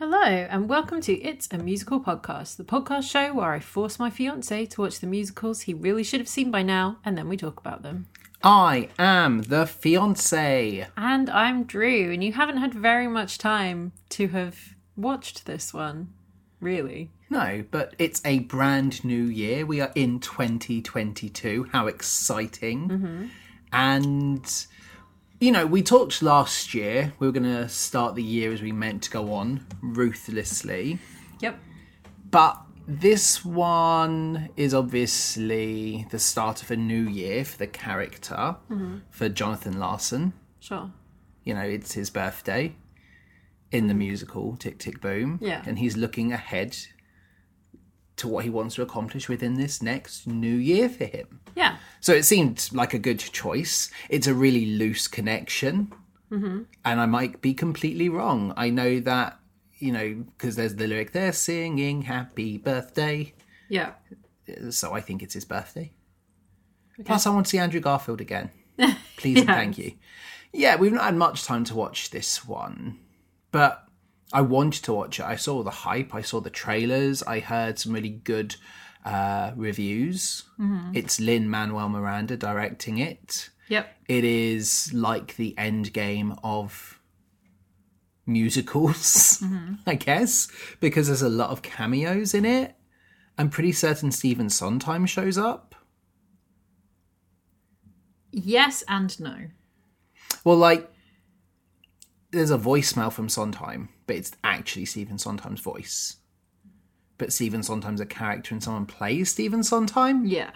and welcome to It's a Musical Podcast, the podcast show where I force my fiance to watch the musicals he really should have seen by now, and then we talk about them. I am the fiance. And I'm Drew, and you haven't had very much time to have watched this one, really. No, but it's a brand new year. We are in 2022. How exciting. And, you know, we talked last year. We were going to start the year as we meant to go on, ruthlessly. Yep. But this one is obviously the start of a new year for the character, for Jonathan Larson. Sure. you know, it's his birthday in the musical Tick Tick Boom. Yeah. And he's looking ahead to what he wants to accomplish within this next new year for him. Yeah. So it seemed like a good choice. It's a really loose connection. And I might be completely wrong. I know that, you know, because there's the lyric, they're singing happy birthday. Yeah. So I think it's his birthday. Plus, I want to see Andrew Garfield again. Please and thank you. Yeah, we've not had much time to watch this one, but I wanted to watch it. I saw the hype, I saw the trailers, I heard some really good uh, reviews. It's Lynn Manuel Miranda directing it. Yep. It is like the end game of musicals, I guess, because there's a lot of cameos in it. I'm pretty certain Stephen Sondheim shows up. Yes and no. Well, like, there's a voicemail from Sondheim, but it's actually Stephen Sondheim's voice. But Stephen Sondheim's a character and someone plays Stephen Sondheim. Yeah.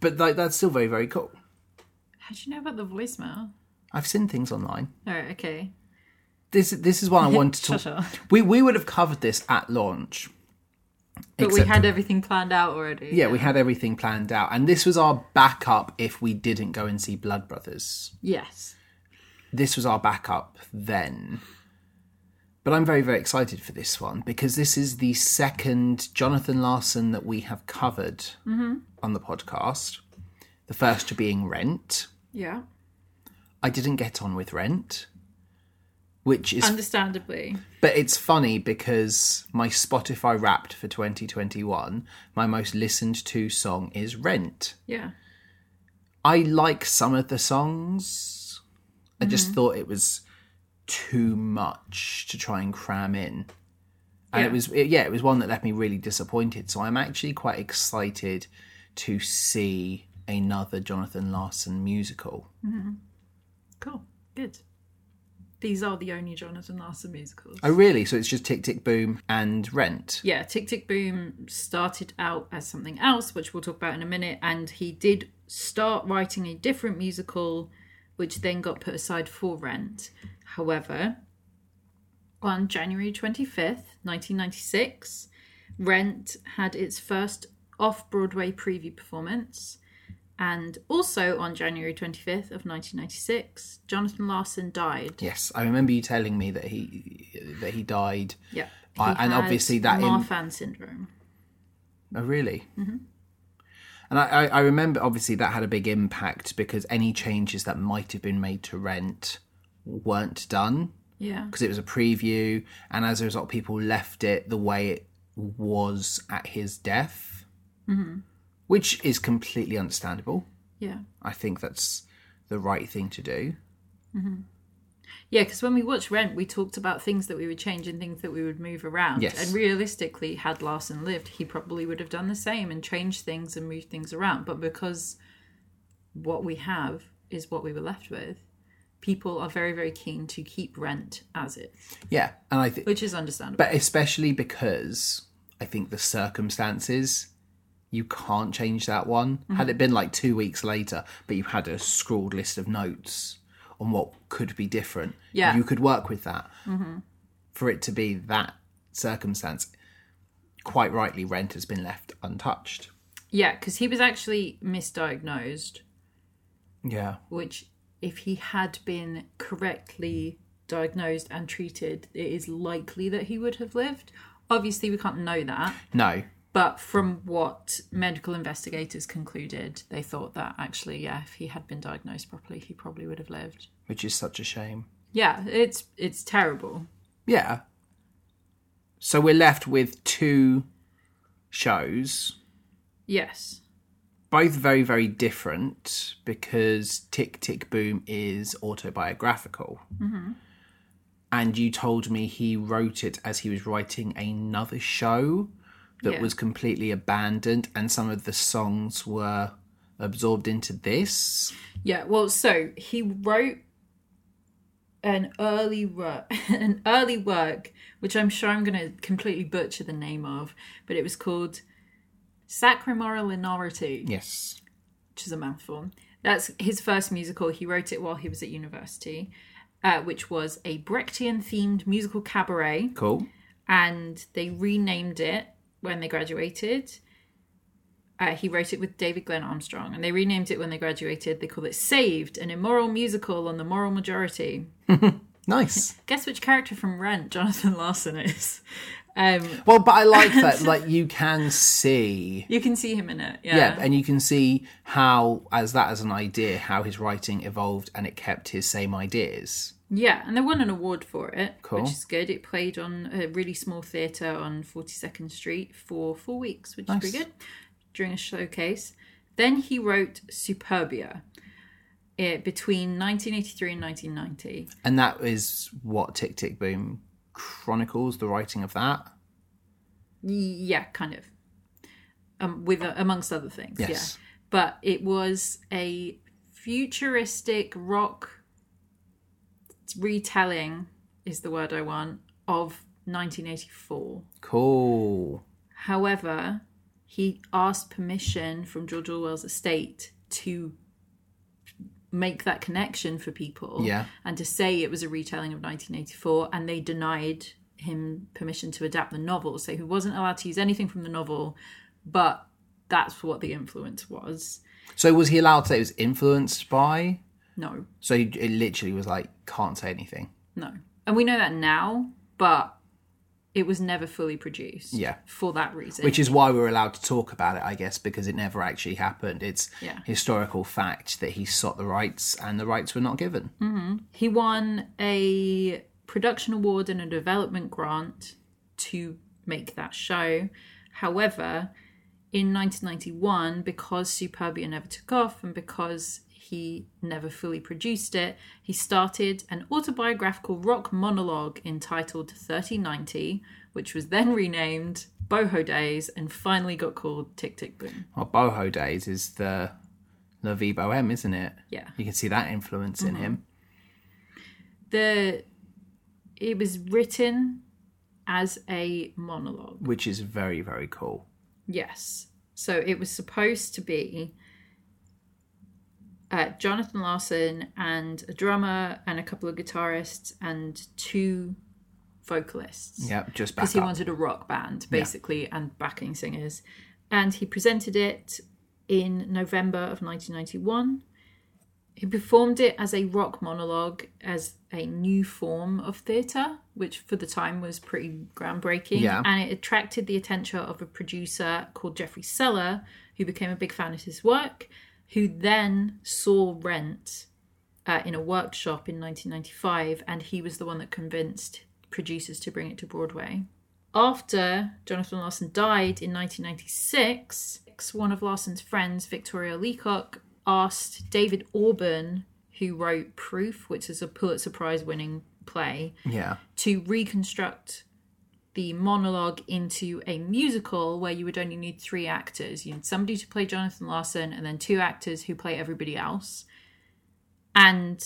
But like, that's still very, very cool. How do you know about the voicemail? I've seen things online. Oh, okay. This, this is one I wanted Sure, to. sure. We, we would have covered this at launch. But we Except- had everything planned out already. Yeah, we had everything planned out, and this was our backup if we didn't go and see Blood Brothers. Yes. This was our backup then. But I'm very, very excited for this one because this is the second Jonathan Larson that we have covered on the podcast. The first two being Rent. Yeah. I didn't get on with Rent, which is Understandably. But it's funny because my Spotify Wrapped for 2021, my most listened to song is Rent. Yeah. I like some of the songs. I just thought it was too much to try and cram in. And Yeah. it was it- yeah, it was one that left me really disappointed. So I'm actually quite excited to see another Jonathan Larson musical. Cool. Good. These are the only Jonathan Larson musicals. Oh really? So it's just Tick Tick Boom and Rent. yeah, Tick Tick Boom started out as something else, which we'll talk about in a minute. And he did start writing a different musical, which then got put aside for Rent. However, on January 25th, 1996, Rent had its first off Broadway preview performance. And also on January 25th of 1996, Jonathan Larson died. Yes, I remember you telling me that he that he died Yeah. I- and obviously that in- Marfan syndrome. Oh, really? Mm-hmm. And I, I, I remember obviously that had a big impact because any changes that might have been made to rent weren't done Yeah. because it was a preview, and as a result, people left it the way it was at his death, which is completely understandable. Yeah. I think that's the right thing to do. Yeah, because when we watched Rent, we talked about things that we would change and things that we would move around. Yes. And realistically, had Larson lived, he probably would have done the same and changed things and moved things around. But because what we have is what we were left with, people are very, very keen to keep Rent as it, Yeah, and I think, which is understandable. but especially because I think the circumstances. you can't change that one. Had it been like two weeks later, but you had a scrawled list of notes on what could be different, Yeah. you could work with that. For it to be that circumstance, quite rightly, rent has been left untouched. yeah, because he was actually misdiagnosed, Yeah. which, if he had been correctly diagnosed and treated, it is likely that he would have lived. Obviously, we can't know that. No. But from what medical investigators concluded, they thought that actually, yeah, if he had been diagnosed properly, he probably would have lived. Which is such a shame. Yeah, it's it's terrible. Yeah. So we're left with two shows, Yes. both very, very different because Tick Tick Boom is autobiographical. Mm-hmm. And you told me he wrote it as he was writing another show that Yeah. was completely abandoned, and some of the songs were absorbed into this. Yeah, well, so he wrote an early work, an early work, which I'm sure I'm going to completely butcher the name of, but it was called Sacramental Inority, Yes. which is a mouthful. That's his first musical. He wrote it while he was at university, uh, which was a Brechtian themed musical cabaret, Cool. and they renamed it when they graduated. Uh, he wrote it with David Glenn Armstrong, and they renamed it when they graduated. They called it "Saved," an immoral musical on the moral majority. Nice. Guess which character from Rent Jonathan Larson is? Um, Well, but I like that. like you can see, you can see him in it. Yeah, yeah, and you can see how, as that as an idea, how his writing evolved and it kept his same ideas. Yeah, and they won an award for it, Cool. which is good. It played on a really small theatre on 42nd Street for four weeks, which is pretty good, during a showcase. Then he wrote Superbia eh, between 1983 and 1990. And that is what Tick Tick Boom chronicles the writing of that. Yeah, kind of. Um, with amongst other things, Yes. yeah. But it was a futuristic rock retelling, is the word I want, of 1984. Cool. However, he asked permission from George Orwell's estate to make that connection for people Yeah. and to say it was a retelling of 1984, and they denied him permission to adapt the novel. So he wasn't allowed to use anything from the novel, but that's what the influence was. So was he allowed to say it was influenced by? No, So he, it literally was like can't say anything. no. And we know that now, but it was never fully produced Yeah. for that reason. Which is why we're allowed to talk about it, I guess, because it never actually happened. It's Yeah. historical fact that he sought the rights and the rights were not given. Mm. He won a production award and a development grant to make that show. However, in 1991, because Superbia never took off and because he never fully produced it, he started an autobiographical rock monologue entitled 3090, which was then renamed Boho Days and finally got called Tick Tick Boom. Well, Boho Days is the La Vie Bohème, isn't it? Yeah. You can see that influence in Mm-hmm. him. The it was written as a monologue. which is very very cool. Yes. So it was supposed to be uh, Jonathan Larson and a drummer and a couple of guitarists and two vocalists Yeah, just because back he up. wanted a rock band basically and backing singers. And he presented it in November of 1991. He performed it as a rock monologue, as a new form of theatre, which for the time was pretty groundbreaking. Yeah. And it attracted the attention of a producer called Jeffrey Seller, who became a big fan of his work, who then saw Rent uh, in a workshop in 1995, and he was the one that convinced producers to bring it to Broadway. After Jonathan Larson died in 1996, one of Larson's friends, Victoria Leacock, asked David Auburn, who wrote Proof, which is a Pulitzer Prize winning play, yeah, to reconstruct the monologue into a musical where you would only need three actors. You need somebody to play Jonathan Larson and then two actors who play everybody else. And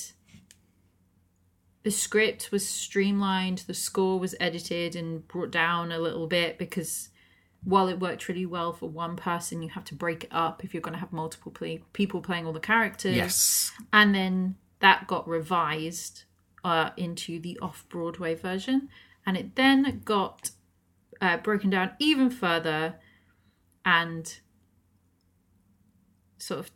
the script was streamlined, the score was edited and brought down a little bit because while it worked really well for one person, you have to break it up if you're going to have multiple play- people playing all the characters yes, and then that got revised uh, into the off-broadway version and it then got uh, broken down even further and sort of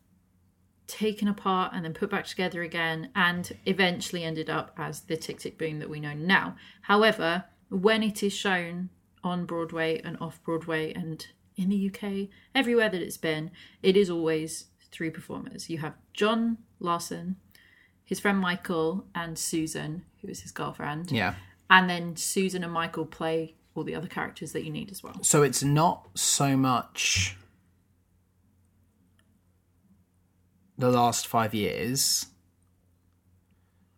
taken apart and then put back together again and eventually ended up as the tick tick boom that we know now however when it is shown on broadway and off broadway and in the uk everywhere that it's been it is always three performers you have john larson his friend michael and susan who is his girlfriend yeah. and then Susan and Michael play all the other characters that you need as well. So it's not so much the last five years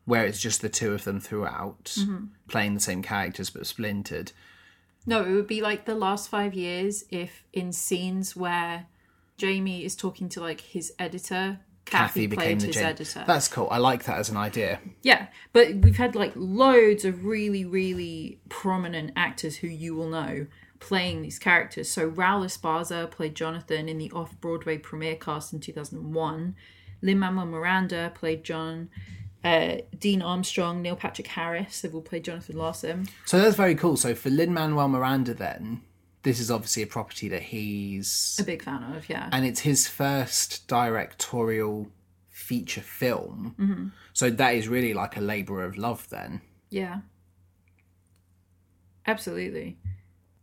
where it's just the two of them throughout Mm-hmm. playing the same characters but splintered. No, it would be like the last five years if in scenes where Jamie is talking to like his editor, Kathy, Kathy became played the his Jane. editor. That's cool. I like that as an idea. Yeah, but we've had like loads of really, really prominent actors who you will know playing these characters. So Raul Esparza played Jonathan in the off Broadway premiere cast in 2001. Lin Manuel Miranda played John. Uh, Dean Armstrong, Neil Patrick Harris, they've all played Jonathan Larson. So that's very cool. So for Lin Manuel Miranda, then this is obviously a property that he's A big fan of, yeah. and it's his first directorial feature film. Mm-hmm. So that is really like a labor of love. Then Yeah. Absolutely.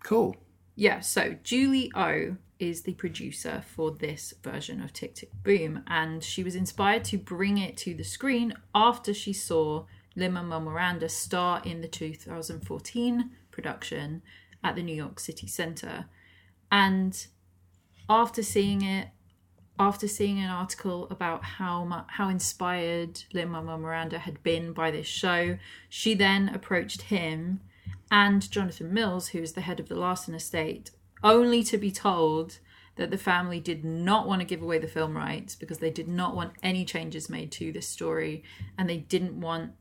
cool. Yeah, so Julie O is the producer for this version of Tick Tick Boom, and she was inspired to bring it to the screen after she saw Lin Manuel Miranda star in the 2014 production at the New York City Center. And after seeing it, after seeing an article about how mu- how inspired Lin Manuel Miranda had been by this show, she then approached him and Jonathan Mills, who is the head of the Larson estate, only to be told that the family did not want to give away the film rights because they did not want any changes made to this story, and they didn't want.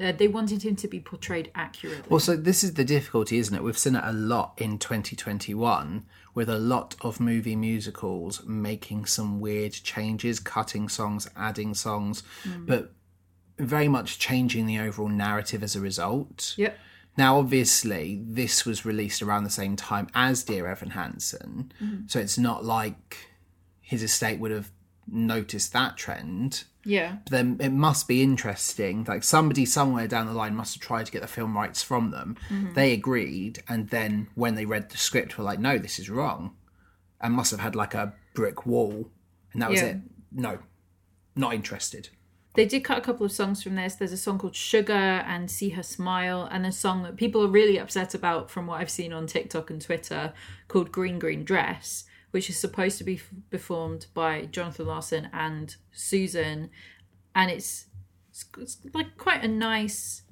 Uh, they wanted him to be portrayed accurately. Well, so this is the difficulty, isn't it? We've seen it a lot in 2021 with a lot of movie musicals making some weird changes, cutting songs, adding songs, but very much changing the overall narrative as a result. yep. Now, obviously, this was released around the same time as Dear Evan Hansen, so it's not like his estate would have noticed that trend. Yeah. But then it must be interesting. Like somebody somewhere down the line must have tried to get the film rights from them. Mm-hmm. They agreed, and then when they read the script, were like, "No, this is wrong," and must have had like a brick wall, and that was Yeah. it. No, not interested. They did cut a couple of songs from this. There's a song called Sugar and See Her Smile, and a song that people are really upset about from what I've seen on TikTok and Twitter called Green Green Dress, which is supposed to be f- performed by Jonathan Larson and Susan. And it's, it's, it's like quite a nice,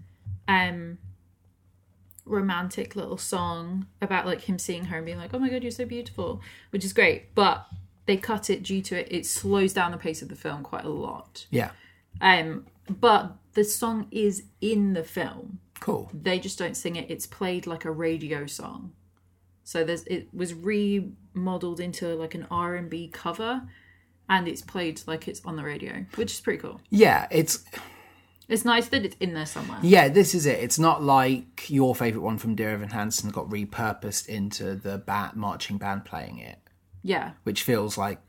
um, romantic little song about like him seeing her and being like, oh my God, you're so beautiful, which is great. But they cut it due to it, it slows down the pace of the film quite a lot. Yeah, Um, but the song is in the film. cool. They just don't sing it. It's played like a radio song. So there's it was remodeled into like an R and B cover, and it's played like it's on the radio, which is pretty cool. Yeah, it's It's nice that it's in there somewhere. yeah. This is it. It's not like your favorite one from Dear Evan Hansen got repurposed into the bat marching band playing it, Yeah, which feels like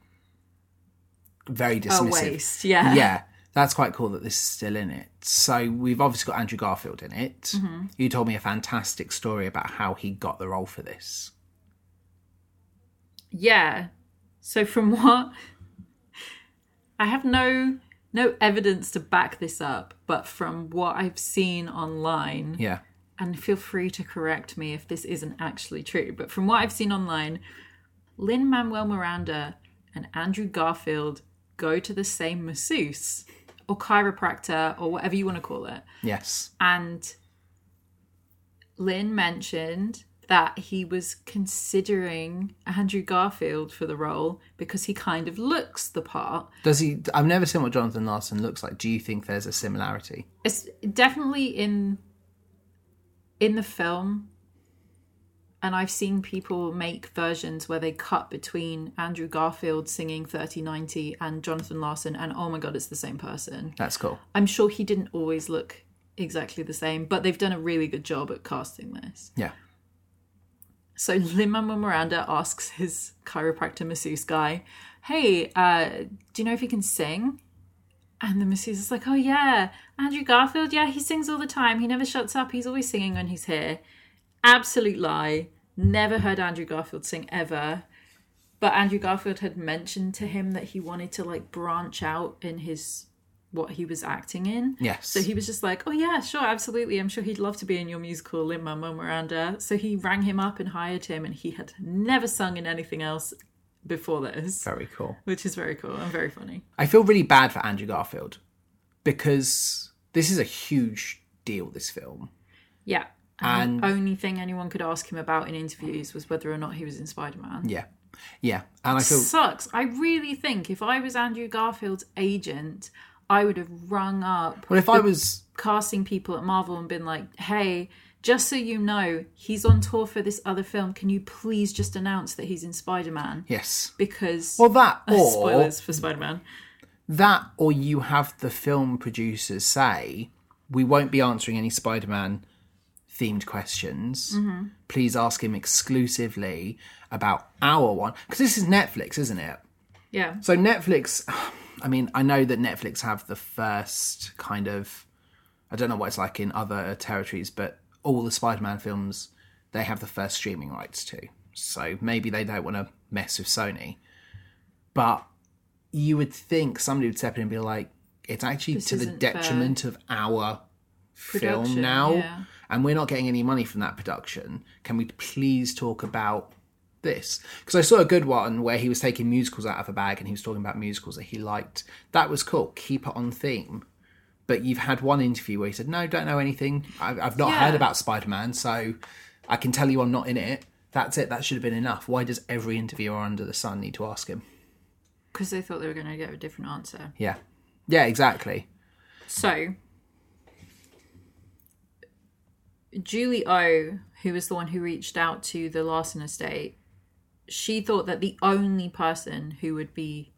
very a dismissive. waste. Yeah, yeah, that's quite cool that this is still in it. So we've obviously got Andrew Garfield in it. Mm-hmm. You told me a fantastic story about how he got the role for this. yeah. So from what I have no no evidence to back this up, but from what I've seen online, Yeah. and feel free to correct me if this isn't actually true, but from what I've seen online, Lynn Manuel Miranda and Andrew Garfield go to the same masseuse or chiropractor or whatever you want to call it. Yes. And Lynn mentioned that he was considering Andrew Garfield for the role because he kind of looks the part. Does he? I've never seen what Jonathan Larson looks like. Do you think there's a similarity? it's definitely in in the film and i've seen people make versions where they cut between andrew garfield singing 3090 and jonathan larson and oh my god it's the same person That's cool. i'm sure he didn't always look exactly the same but they've done a really good job at casting this Yeah. so lin manuel miranda asks his chiropractor masseuse guy hey uh, do you know if he can sing and the masseuse is like, oh yeah, Andrew Garfield, yeah, he sings all the time. He never shuts up. He's always singing when he's here. Absolute lie. Never heard Andrew Garfield sing ever. But Andrew Garfield had mentioned to him that he wanted to like branch out in his what he was acting in. Yes. So he was just like, oh, yeah, sure, absolutely. I'm sure he'd love to be in your musical, Lin Manuel Miranda. So he rang him up and hired him, and he had never sung in anything else before this, Very cool. which is very cool and very funny. I feel really bad for Andrew Garfield because this is a huge deal, this film. Yeah. And the only thing anyone could ask him about in interviews was whether or not he was in Spider Man. Yeah. Yeah. And I feel Sucks. I really think if I was Andrew Garfield's agent, I would have rung up well if I was casting people at Marvel and been like, hey, just so you know, he's on tour for this other film. Can you please just announce that he's in Spider Man? yes. Because Well that or spoilers for Spider Man. that or you have the film producers say we won't be answering any Spider-Man themed questions. Please ask him exclusively about our one because this is Netflix, isn't it? Yeah. So Netflix, I mean, I know that Netflix have the first kind of, I don't know what it's like in other territories, but all the Spider-Man films they have the first streaming rights to. So maybe they don't want to mess with Sony, but you would think somebody would step in and be like, it's actually to the isn't fair. detriment of our film Production, now, yeah. and we're not getting any money from that production. Can we please talk about this? Because I saw a good one where he was taking musicals out of a bag and he was talking about musicals that he liked. That was cool. Keep it on theme. But you've had one interview where he said, "No, don't know anything. I've, I've not Yeah. heard about Spider-Man, so I can tell you I'm not in it." That's it. That should have been enough. Why does every interviewer under the sun need to ask him? Because they thought they were going to get a different answer. Yeah, yeah, exactly. So, Julie O, who was the one who reached out to the Larson estate, she thought that the only person who would be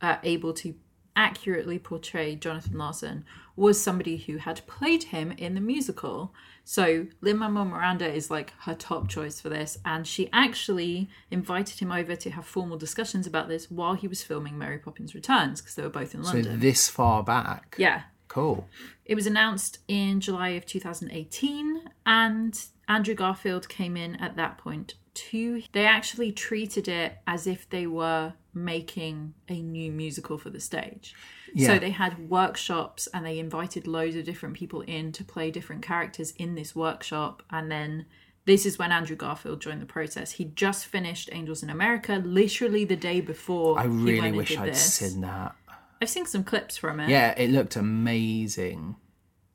uh, able to accurately portray Jonathan Larson was somebody who had played him in the musical. So Lin Manuel Miranda is like her top choice for this, and she actually invited him over to have formal discussions about this while he was filming Mary Poppins Returns because they were both in So London. this far back, yeah, cool. it was announced in July of 2018, and Andrew Garfield came in at that point too. They actually treated it as if they were making a new musical for the stage. Yeah. So they had workshops and they invited loads of different people in to play different characters in this workshop. And then this is when Andrew Garfield joined the process. He just finished Angels in America literally the day before. I he went really and wish did I'd this. seen that. I've seen some clips from it. Yeah, it looked amazing.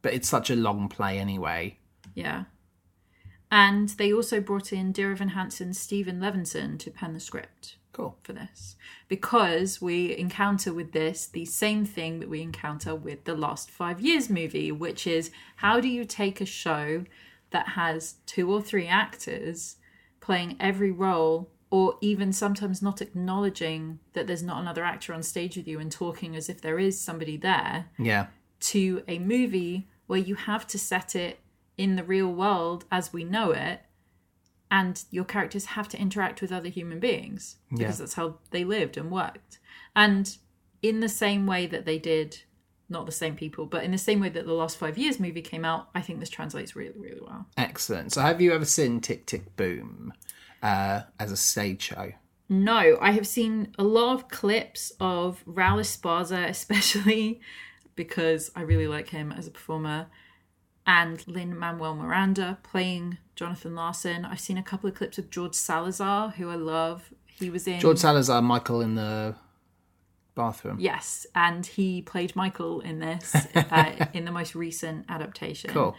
But it's such a long play anyway. Yeah. And they also brought in Dear Evan Hansen, Stephen Levinson to pen the script Cool. for this because we encounter with this the same thing that we encounter with the last five years movie, which is how do you take a show that has two or three actors playing every role, or even sometimes not acknowledging that there's not another actor on stage with you and talking as if there is somebody there, Yeah. to a movie where you have to set it in the real world as we know it and your characters have to interact with other human beings because Yeah. that's how they lived and worked and in the same way that they did not the same people but in the same way that the last five years movie came out i think this translates really really well Excellent. So have you ever seen Tick Tick Boom uh, as a stage show? No, I have seen a lot of clips of Raul Esparza, especially because I really like him as a performer, and Lynn Manuel Miranda playing Jonathan Larson. I've seen a couple of clips of George Salazar, who I love. He was in. George Salazar, Michael in the bathroom. Yes, and he played Michael in this, uh, in the most recent adaptation. Cool.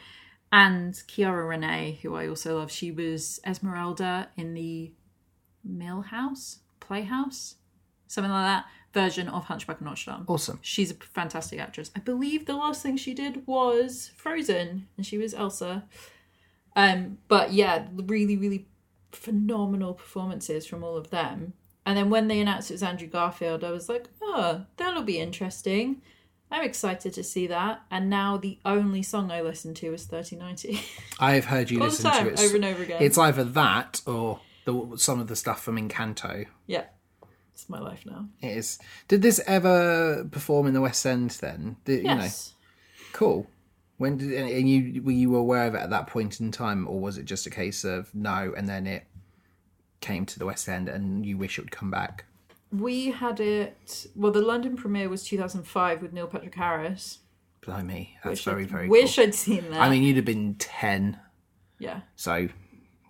And Kiara Renee, who I also love, she was Esmeralda in the Millhouse, Playhouse, something like that version of Hunchback of Notre Dame. Awesome. She's a fantastic actress. I believe the last thing she did was Frozen, and she was Elsa. Um, but yeah, really, really phenomenal performances from all of them. And then when they announced it was Andrew Garfield, I was like, oh, that'll be interesting. I'm excited to see that. And now the only song I listen to is 3090 I've heard you all the listen to time, it. over and over again. It's either that or the, some of the stuff from Encanto. yeah, it's my life now. It is. Did this ever perform in the West End then? Did, You know, Yes. Cool. When did and you were you aware of it at that point in time, or was it just a case of no, and then it came to the West End, and you wish it would come back? we had it. Well, the London premiere was 2005 with Neil Patrick Harris. Blimey, that's Wish very I'd- very. Wish cool. I'd seen that. I mean, you'd have been ten, yeah, so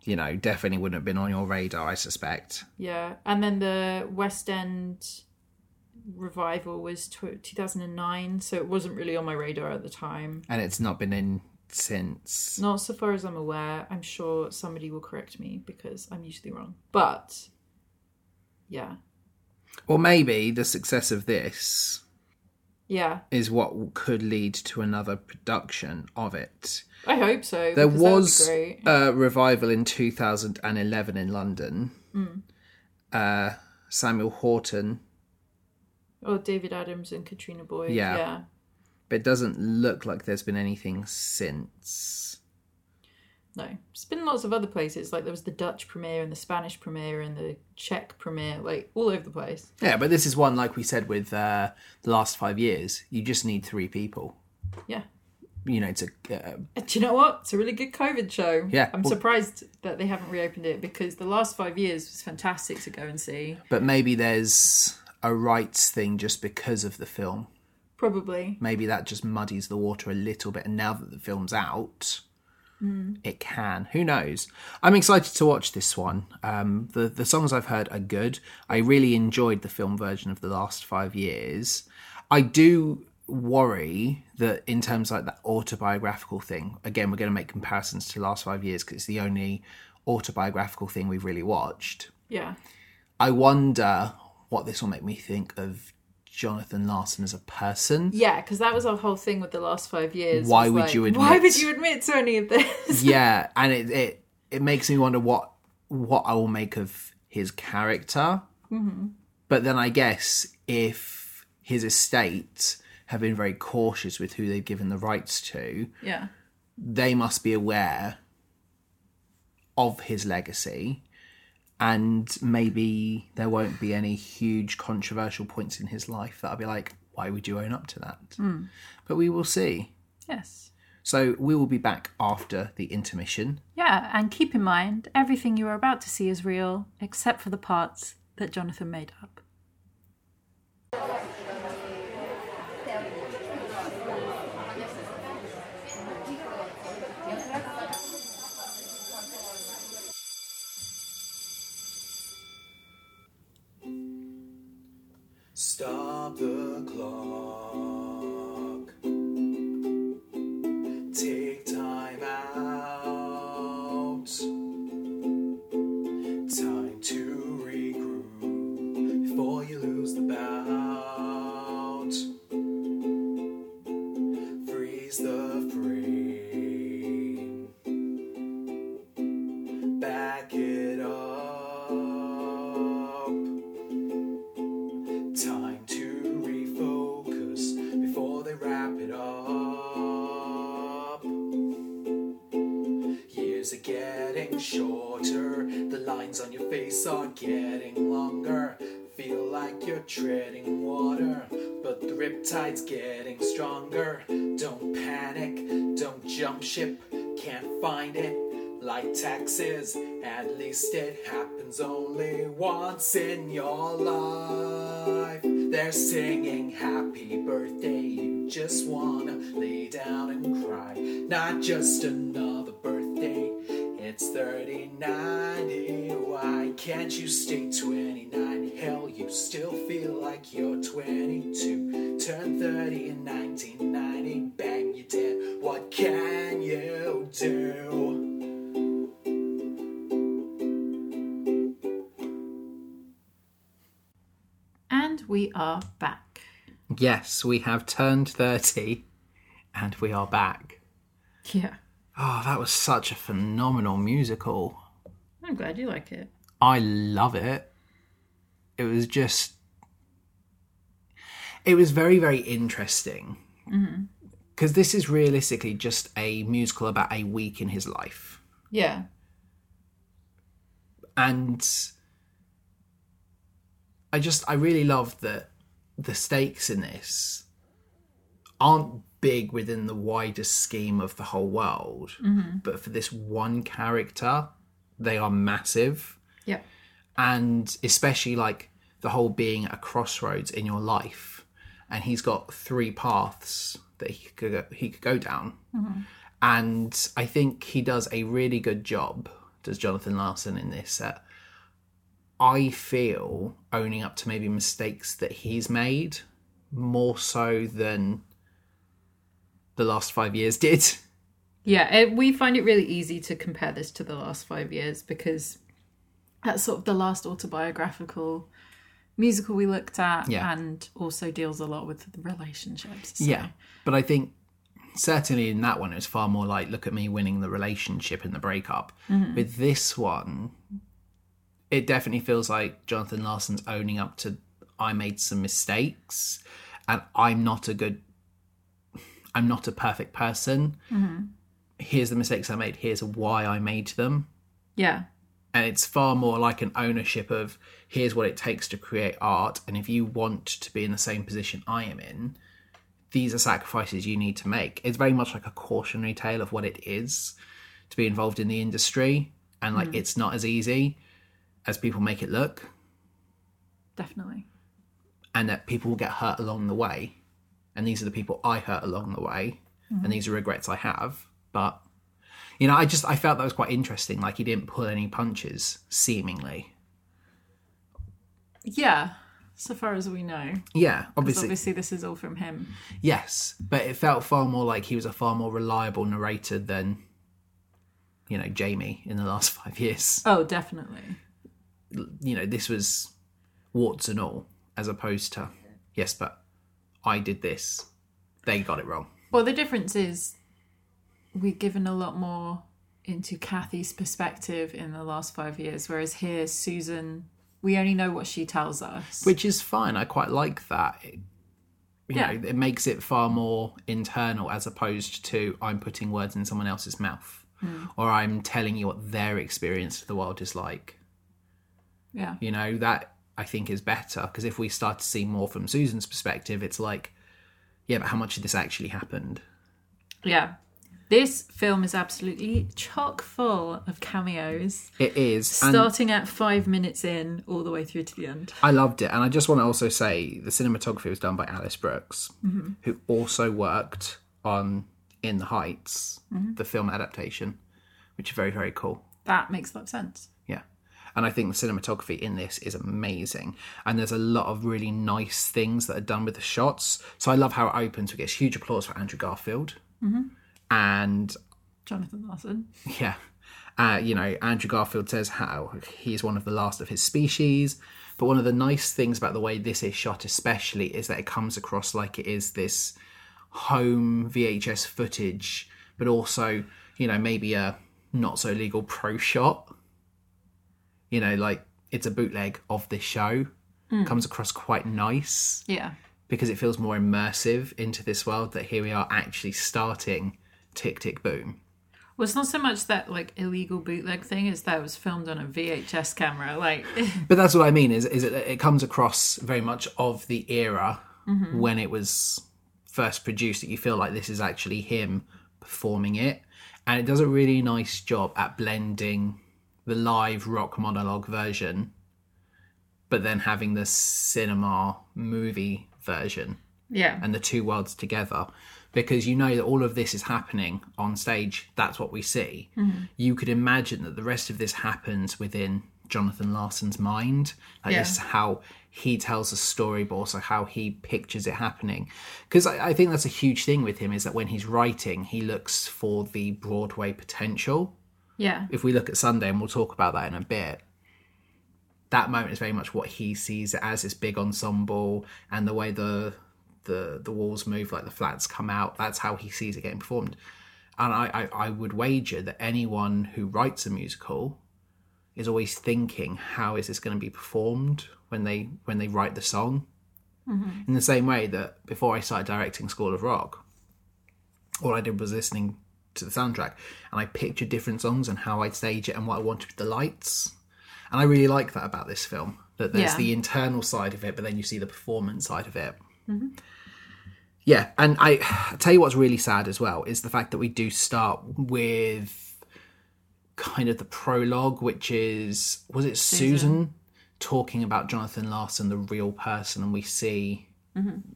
you know definitely wouldn't have been on your radar. I suspect. yeah. And then the West End revival was tw 2009, so it wasn't really on my radar at the time. and it's not been in since. Not so far as I'm aware. I'm sure somebody will correct me because I'm usually wrong. But yeah, Or maybe the success of this yeah. is what could lead to another production of it. I hope so. There because that would be was great. a revival in 2011 in London. Uh, Samuel Horton, Oh, David Adams and Katrina Boyd. Yeah. yeah. but it doesn't look like there's been anything since. No, it's been lots of other places. Like there was the Dutch premiere and the Spanish premiere and the Czech premiere, like all over the place. Yeah, but this is one, like we said, with uh, the last five years. You just need three people, Yeah. you know, to uh, Uh, Do you know what? It's a really good COVID show. Yeah. I'm Well- surprised that they haven't reopened it because the last five years was fantastic to go and see. But maybe there's a rights thing just because of the film. Probably. Maybe that just muddies the water a little bit. And now that the film's out, it can. Who knows? I'm excited to watch this one. Um, the the songs I've heard are good. I really enjoyed the film version of the last five years. I do worry that in terms like that autobiographical thing. Again, we're going to make comparisons to the last five years because it's the only autobiographical thing we've really watched. Yeah. I wonder what this will make me think of Jonathan Larson as a person. Yeah, because that was our whole thing with the last five years. Why was would like, you admit- Why would you admit to any of this? yeah, and it, it it makes me wonder what what I will make of his character. But then I guess if his estate have been very cautious with who they've given the rights to, yeah. they must be aware of his legacy and maybe there won't be any huge controversial points in his life that i'll be like why would you own up to that but we will see Yes. so we will be back after the intermission Yeah, and keep in mind, everything you are about to see is real, except for the parts that Jonathan made up. Stop the clock. Take time out. Time to regroup before you lose the bout. Freeze the frame. Back it up. Time to refocus before they wrap it up. Years are getting shorter, the lines on your face are getting longer. Feel like you're treading water, but the riptide's getting stronger. Don't panic, don't jump ship, can't find it. Like taxes, at least it happens only once in your life. They're singing happy birthday, you just wanna lay down and cry. Not just another birthday, it's 39 here. Why can't you stay 29? Hell, you still feel like you're 22. Turn 30 in 1990, bang, you're dead. What can you do? And we are back. yes we have turned 30 and we are back Yeah. oh that was such a phenomenal musical I'm glad you like it. I love it. It was just. It was very, very interesting. Because this is realistically just a musical about a week in his life. Yeah. And I just, I really love that the stakes in this aren't big within the wider scheme of the whole world. But for this one character, they are massive Yeah. and especially like the whole being a crossroads in your life, and he's got three paths that he could go, he could go down, and I think he does a really good job. Does Jonathan Larson in this? At, I feel owning up to maybe mistakes that he's made more so than the last five years did. Yeah, it, we find it really easy to compare this to the last five years because that's sort of the last autobiographical musical we looked at Yeah. and also deals a lot with the relationships. so- Yeah, but I think certainly in that one it was far more like look at me winning the relationship and the breakup. With this one, it definitely feels like Jonathan Larson's owning up to I made some mistakes and I'm not a good I'm not a perfect person. Here's the mistakes I made, here's why I made them. Yeah. and it's far more like an ownership of here's what it takes to create art and if you want to be in the same position i am in these are sacrifices you need to make it's very much like a cautionary tale of what it is to be involved in the industry and like it's not as easy as people make it look Definitely. and that people will get hurt along the way and these are the people i hurt along the way and these are regrets i have but you know i just i felt that was quite interesting like he didn't pull any punches seemingly Yeah, so far as we know. 'Cause Yeah, obviously. Obviously, this is all from him. Yes, but it felt far more like he was a far more reliable narrator than, you know, Jamie in the last five years. Oh, definitely. You know, this was warts and all, as opposed to, yes, but I did this. They got it wrong. Well, the difference is we've given a lot more into Kathy's perspective in the last five years, whereas here, Susan, we only know what she tells us. Which is fine. I quite like that. It, you Yeah. know, it makes it far more internal as opposed to I'm putting words in someone else's mouth or I'm telling you what their experience of the world is like. yeah, you know that i think is better because if we start to see more from susan's perspective it's like yeah but how much of this actually happened yeah. This film is absolutely chock full of cameos, it is and starting at five minutes in all the way through to the end. i loved it and i just want to also say the cinematography was done by alice brooks who also worked on in the heights the film adaptation which is very very cool That makes a lot of sense. Yeah. And I think the cinematography in this is amazing. And there's a lot of really nice things that are done with the shots. So I love how it opens. We get huge applause for Andrew Garfield. And Jonathan Larson. yeah, uh, you know, Andrew Garfield says how he's one of the last of his species. But one of the nice things about the way this is shot, especially, is that it comes across like it is this home VHS footage, but also, you know, maybe a not so legal pro shot. You know, like it's a bootleg of this show. Comes across quite nice Yeah. because it feels more immersive into this world that here we are actually starting Tick Tick Boom. Well, it's not so much that like illegal bootleg thing; it's that it was filmed on a VHS camera. Like, But that's what I mean. Is is it, it comes across very much of the era when it was first produced that you feel like this is actually him performing it, and it does a really nice job at blending the live rock monologue version, but then having the cinema movie version yeah, and the two worlds together because you know that all of this is happening on stage that's what we see you could imagine that the rest of this happens within jonathan larson's mind like Yeah. this is how he tells a story but also how he pictures it happening because I, I think that's a huge thing with him is that when he's writing he looks for the broadway potential yeah, if we look at Sunday, and we'll talk about that in a bit, that moment is very much what he sees it as this big ensemble and the way the the the walls move, like the flats come out. That's how he sees it getting performed. And I, I, I would wager that anyone who writes a musical is always thinking, how is this going to be performed when they when they write the song? In the same way that before I started directing School of Rock, all I did was listening to the soundtrack and I pictured different songs and how I'd stage it and what I wanted with the lights. And I really like that about this film that there's Yeah. the internal side of it, but then you see the performance side of it. Yeah, and I I tell you what's really sad as well is the fact that we do start with kind of the prologue, which is was it Susan? Susan, talking about Jonathan Larson, the real person, and we see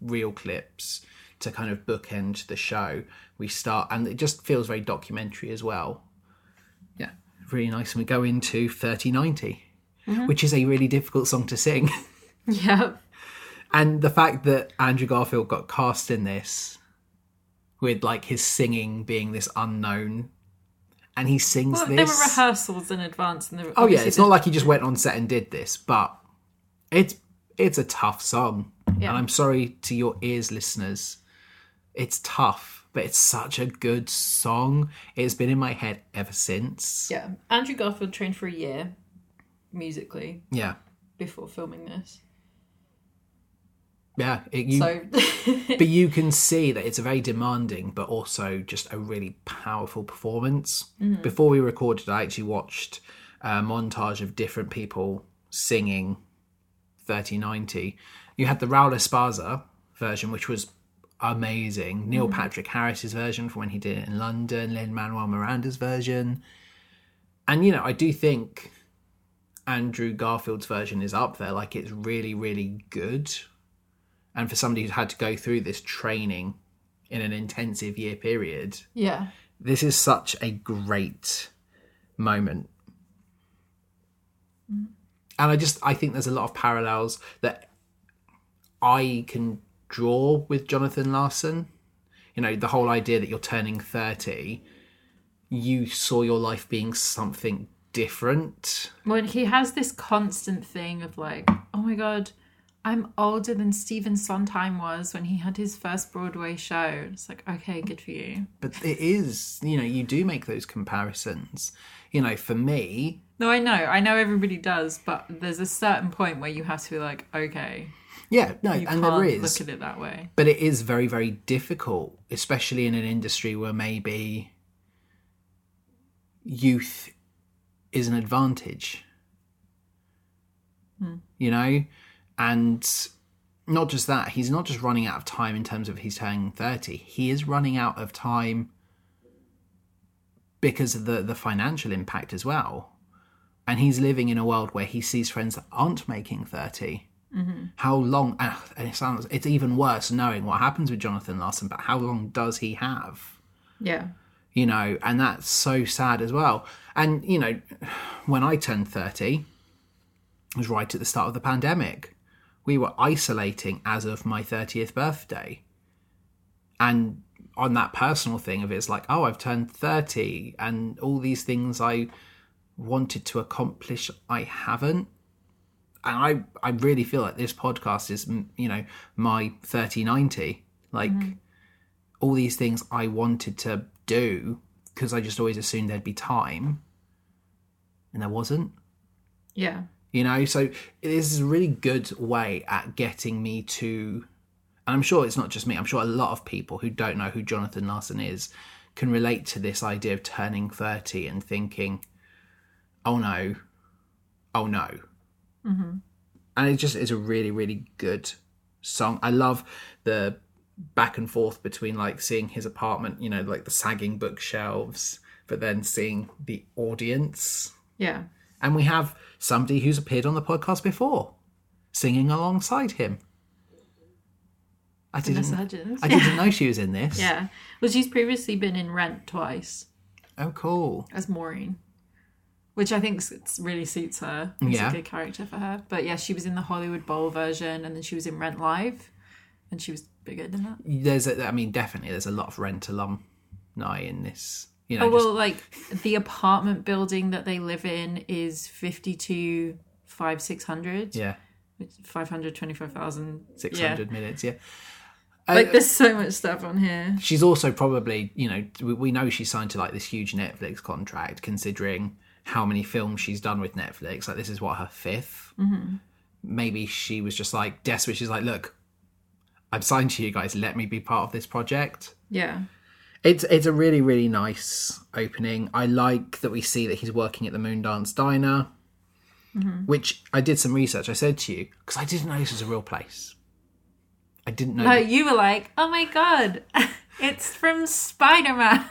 real clips to kind of bookend the show. We start, and it just feels very documentary as well. Yeah, really nice. And we go into 3090, which is a really difficult song to sing. Yeah. and the fact that Andrew Garfield got cast in this with like his singing being this unknown and he sings Well, this there were rehearsals in advance, and there were oh yeah obviously it's the- not like he just went on set and did this but it's it's a tough song Yeah. and i'm sorry to your ears listeners it's tough but it's such a good song it's been in my head ever since yeah. Andrew Garfield trained for a year musically yeah before filming this, yeah it, you, so but you can see that it's a very demanding but also just a really powerful performance before we recorded i actually watched a montage of different people singing 3090 you had the raul esparza version which was amazing neil patrick harris's version from when he did it in london lynn manuel miranda's version and you know i do think andrew garfield's version is up there like it's really really good and for somebody who's had to go through this training in an intensive year period, yeah, this is such a great moment. And I just I think there's a lot of parallels that I can draw with Jonathan Larson. You know, the whole idea that you're turning 30, you saw your life being something different. when he has this constant thing of like, oh my god, I'm older than Stephen Sondheim was when he had his first Broadway show. It's like, okay, good for you. But it is, you know, you do make those comparisons. You know, for me, No, I know, I know everybody does, but there's a certain point where you have to be like, okay, yeah, no, you and can't there is. look at it that way. but it is very very difficult especially in an industry where maybe youth is an advantage Hmm. you know and not just that he's not just running out of time in terms of he's turning 30 he is running out of time because of the the financial impact as well and he's living in a world where he sees friends that aren't making 30 how long and it sounds it's even worse knowing what happens with jonathan larson but how long does he have Yeah, you know and that's so sad as well and you know when i turned 30 it was right at the start of the pandemic we were isolating as of my 30th birthday and on that personal thing of it's like oh i've turned 30 and all these things i wanted to accomplish i haven't and i i really feel like this podcast is m- you know my 3090 like all these things i wanted to do because i just always assumed there'd be time and there wasn't yeah, you know so this is a really good way at getting me to and i'm sure it's not just me i'm sure a lot of people who don't know who jonathan larson is can relate to this idea of turning 30 and thinking oh no oh no and it just is a really really good song i love the back and forth between like seeing his apartment you know like the sagging bookshelves but then seeing the audience yeah. and we have somebody who's appeared on the podcast before singing alongside him. I Vanessa didn't. Hudgens. I didn't know she was in this. Yeah. Well, she's previously been in Rent twice Oh, cool. as Maureen, which I think s- it's really suits her. It's Yeah. a good character for her. But yeah, she was in the Hollywood Bowl version and then she was in Rent Live and she was bigger than that. There's, a, I mean, definitely, there's a lot of Rent alumni in this. You know, Oh, just- well, like the apartment building that they live in is 52, 5, 600. yeah, 500, 25,000. six Yeah. hundred minutes. Yeah, Like there's so much stuff on here. she's also probably, you know, we, we know she signed to like this huge Netflix contract, considering how many films she's done with Netflix. Like, this is what her 5th Maybe she was just like desperate. She's like, look, I'm signed to you guys. Let me be part of this project. Yeah. It's it's a really really nice opening. I like that we see that he's working at the Moondance Diner, which I did some research. I said to you because I didn't know this was a real place. I didn't know. No, you were like, oh my God, it's from Spider Man.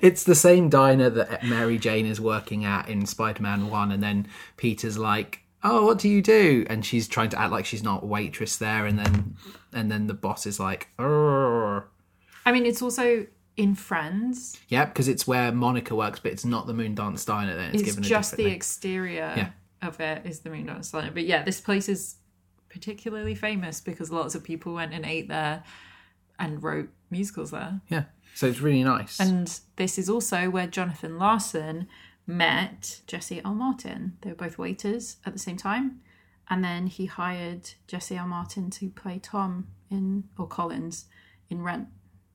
It's the same diner that Mary Jane is working at in Spider Man One, and then Peter's like, oh what do you do and she's trying to act like she's not a waitress there and then and then the boss is like "Arr." I mean, it's also in Friends. yeah because it's where monica works but it's not the moon dance diner then it's, It's given just a the different exterior Yeah. of it is the Moon Dance Diner. But yeah, this place is particularly famous because lots of people went and ate there and wrote musicals there. name. yeah so it's really nice And this is also where Jonathan Larson met Jesse L. Martin. They were both waiters at the same time. And then he hired Jesse L. Martin to play Tom in, or Collins in Rent,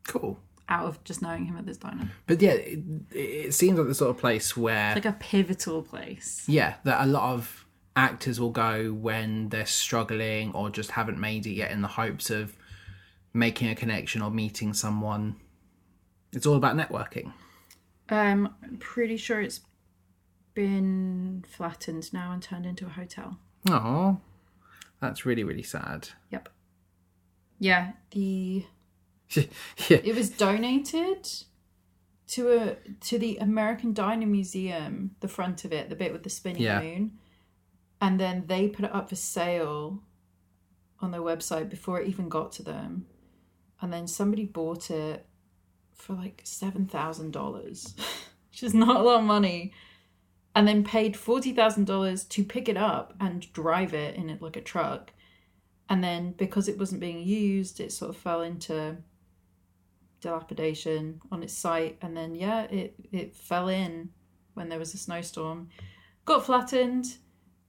cool out of just knowing him at this diner. but yeah it, it seems like the sort of place where Like a pivotal place. yeah that a lot of actors will go when they're struggling or just haven't made it yet in the hopes of making a connection or meeting someone it's all about networking Um, I'm pretty sure it's been flattened now and turned into a hotel. oh that's really really sad Yep. Yeah, the yeah It was donated to a to the American Diner Museum, the front of it, the bit with the spinning Yeah. moon. And then they put it up for sale on their website before it even got to them. And then somebody bought it for like seven thousand dollars. Which is not a lot of money. And then paid forty thousand dollars to pick it up and drive it in it like a truck. And then because it wasn't being used, it sort of fell into dilapidation on its site and then yeah it it fell in when there was a snowstorm got flattened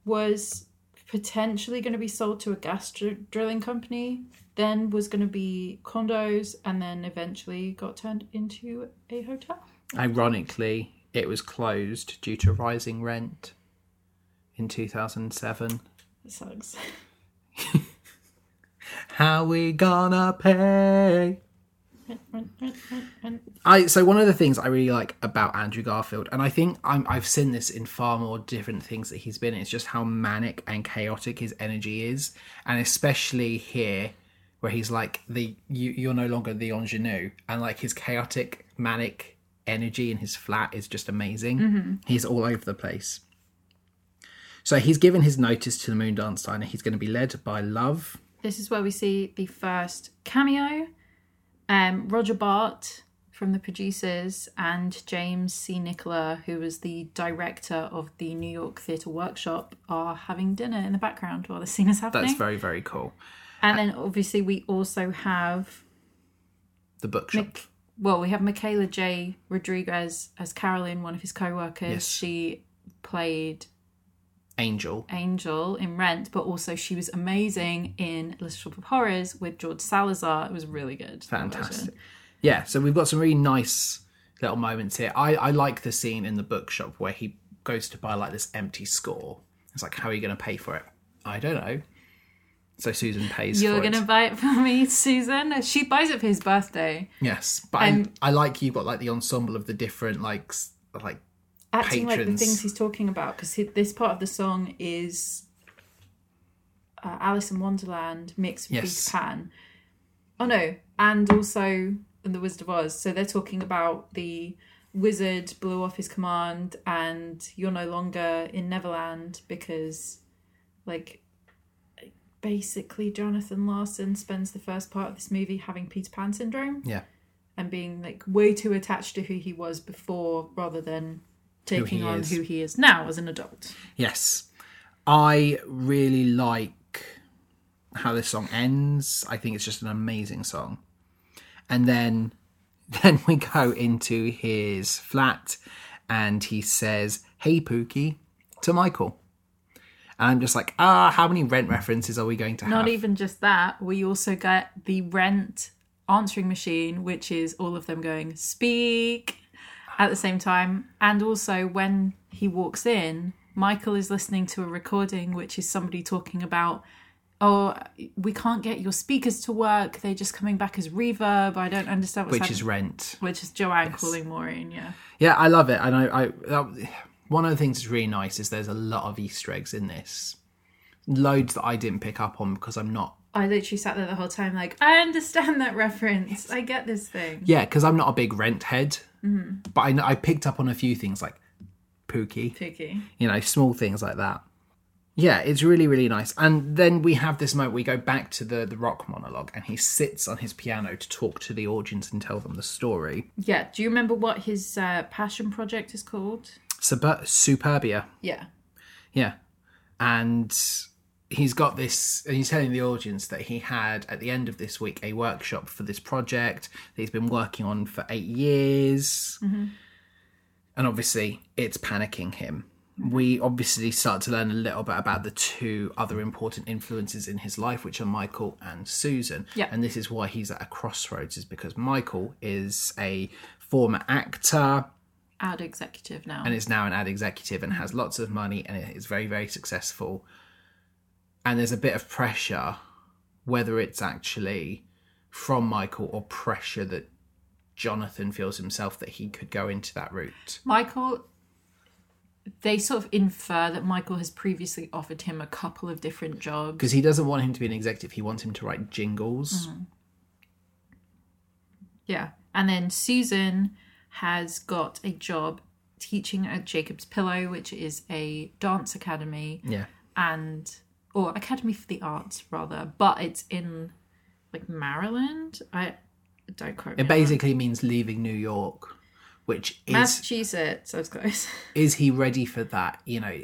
was potentially going to be sold to a gas dr- drilling company then was going to be condos and then eventually got turned into a hotel ironically it was closed due to rising rent in 2007 it sucks how we gonna pay I so one of the things I really like about Andrew Garfield, and I think I'm, I've seen this in far more different things that he's been in, is just how manic and chaotic his energy is, and especially here where he's like the you, you're no longer the ingenue, and like his chaotic manic energy in his flat is just amazing. He's all over the place. So he's given his notice to the Moon Dance Diner. He's going to be led by Love. this is where we see the first cameo um roger bart from the producers and james c nicola who was the director of the new york theatre workshop are having dinner in the background while the scene is happening That's very very cool. and then obviously we also have The bookshop. well we have michaela j rodriguez as carolyn one of his co-workers Yes. she played Angel. Angel in Rent, but also she was amazing in Little Shop of Horrors with George Salazar. It was really good. that version. Fantastic. Yeah, so we've got some really nice little moments here. I, I like the scene in the bookshop where he goes to buy like this empty score. It's like, how are you going to pay for it? I don't know. So Susan pays You're for gonna it. buy it for me, Susan. She buys it for his birthday, Yes, but Um, I, I like you've got like the ensemble of the different like s- like acting like the Patrons. things he's talking about. Because this part of the song is uh, Alice in Wonderland mixed with Yes. Peter Pan. Oh no, and also in The Wizard of Oz. So they're talking about the wizard blew off his command, and you're no longer in Neverland because, like. Basically, Jonathan Larson spends the first part of this movie having Peter Pan syndrome. yeah and being like way too attached to who he was before rather than taking he on is. who he is now as an adult. yes. I really like how this song ends. I think it's just an amazing song. And then then we go into his flat and he says, Hey Pookie to Michael. And I'm just like, ah, how many rent references are we going to have? Not even just that, we also get the rent answering machine, which is all of them going speak at the same time. And also when he walks in, Michael is listening to a recording, which is somebody talking about. Oh, we can't get your speakers to work. They're just coming back as reverb. I don't understand what's which happening. is rent. which is Joanne calling Maureen. Yeah, Yeah, I love it, and I, I that, one of the things that's really nice is there's a lot of Easter eggs in this, loads that I didn't pick up on because I'm not, I literally sat there the whole time, like, I understand that reference. I get this thing. yeah, because I'm not a big rent head, but I, kn- I picked up on a few things like Pookie, Pookie. you know, small things like that. Yeah, it's really, really nice. And then we have this moment, we go back to the, the rock monologue, and he sits on his piano to talk to the audience and tell them the story. Yeah. Do you remember what his uh, passion project is called? Suburb- Superbia. Yeah. Yeah. And he's got this, and he's telling the audience that he had at the end of this week a workshop for this project that he's been working on for eight years. And obviously, it's panicking him. We obviously start to learn a little bit about the two other important influences in his life, which are Michael and Susan. Yeah. And this is why he's at a crossroads, is because Michael is a former actor Ad executive now. and is now an ad executive and has lots of money and is very very successful and there's a bit of pressure whether it's actually from michael or pressure that jonathan feels himself that he could go into that route Michael, they sort of infer that Michael has previously offered him a couple of different jobs. because he doesn't want him to be an executive he wants him to write jingles Yeah. And then Susan has got a job teaching at Jacob's Pillow, which is a dance academy yeah and or Academy for the Arts rather, but it's in like Maryland. I don't quote me. it on that. basically means leaving new york which is Massachusetts, I was close. is he ready for that? You know,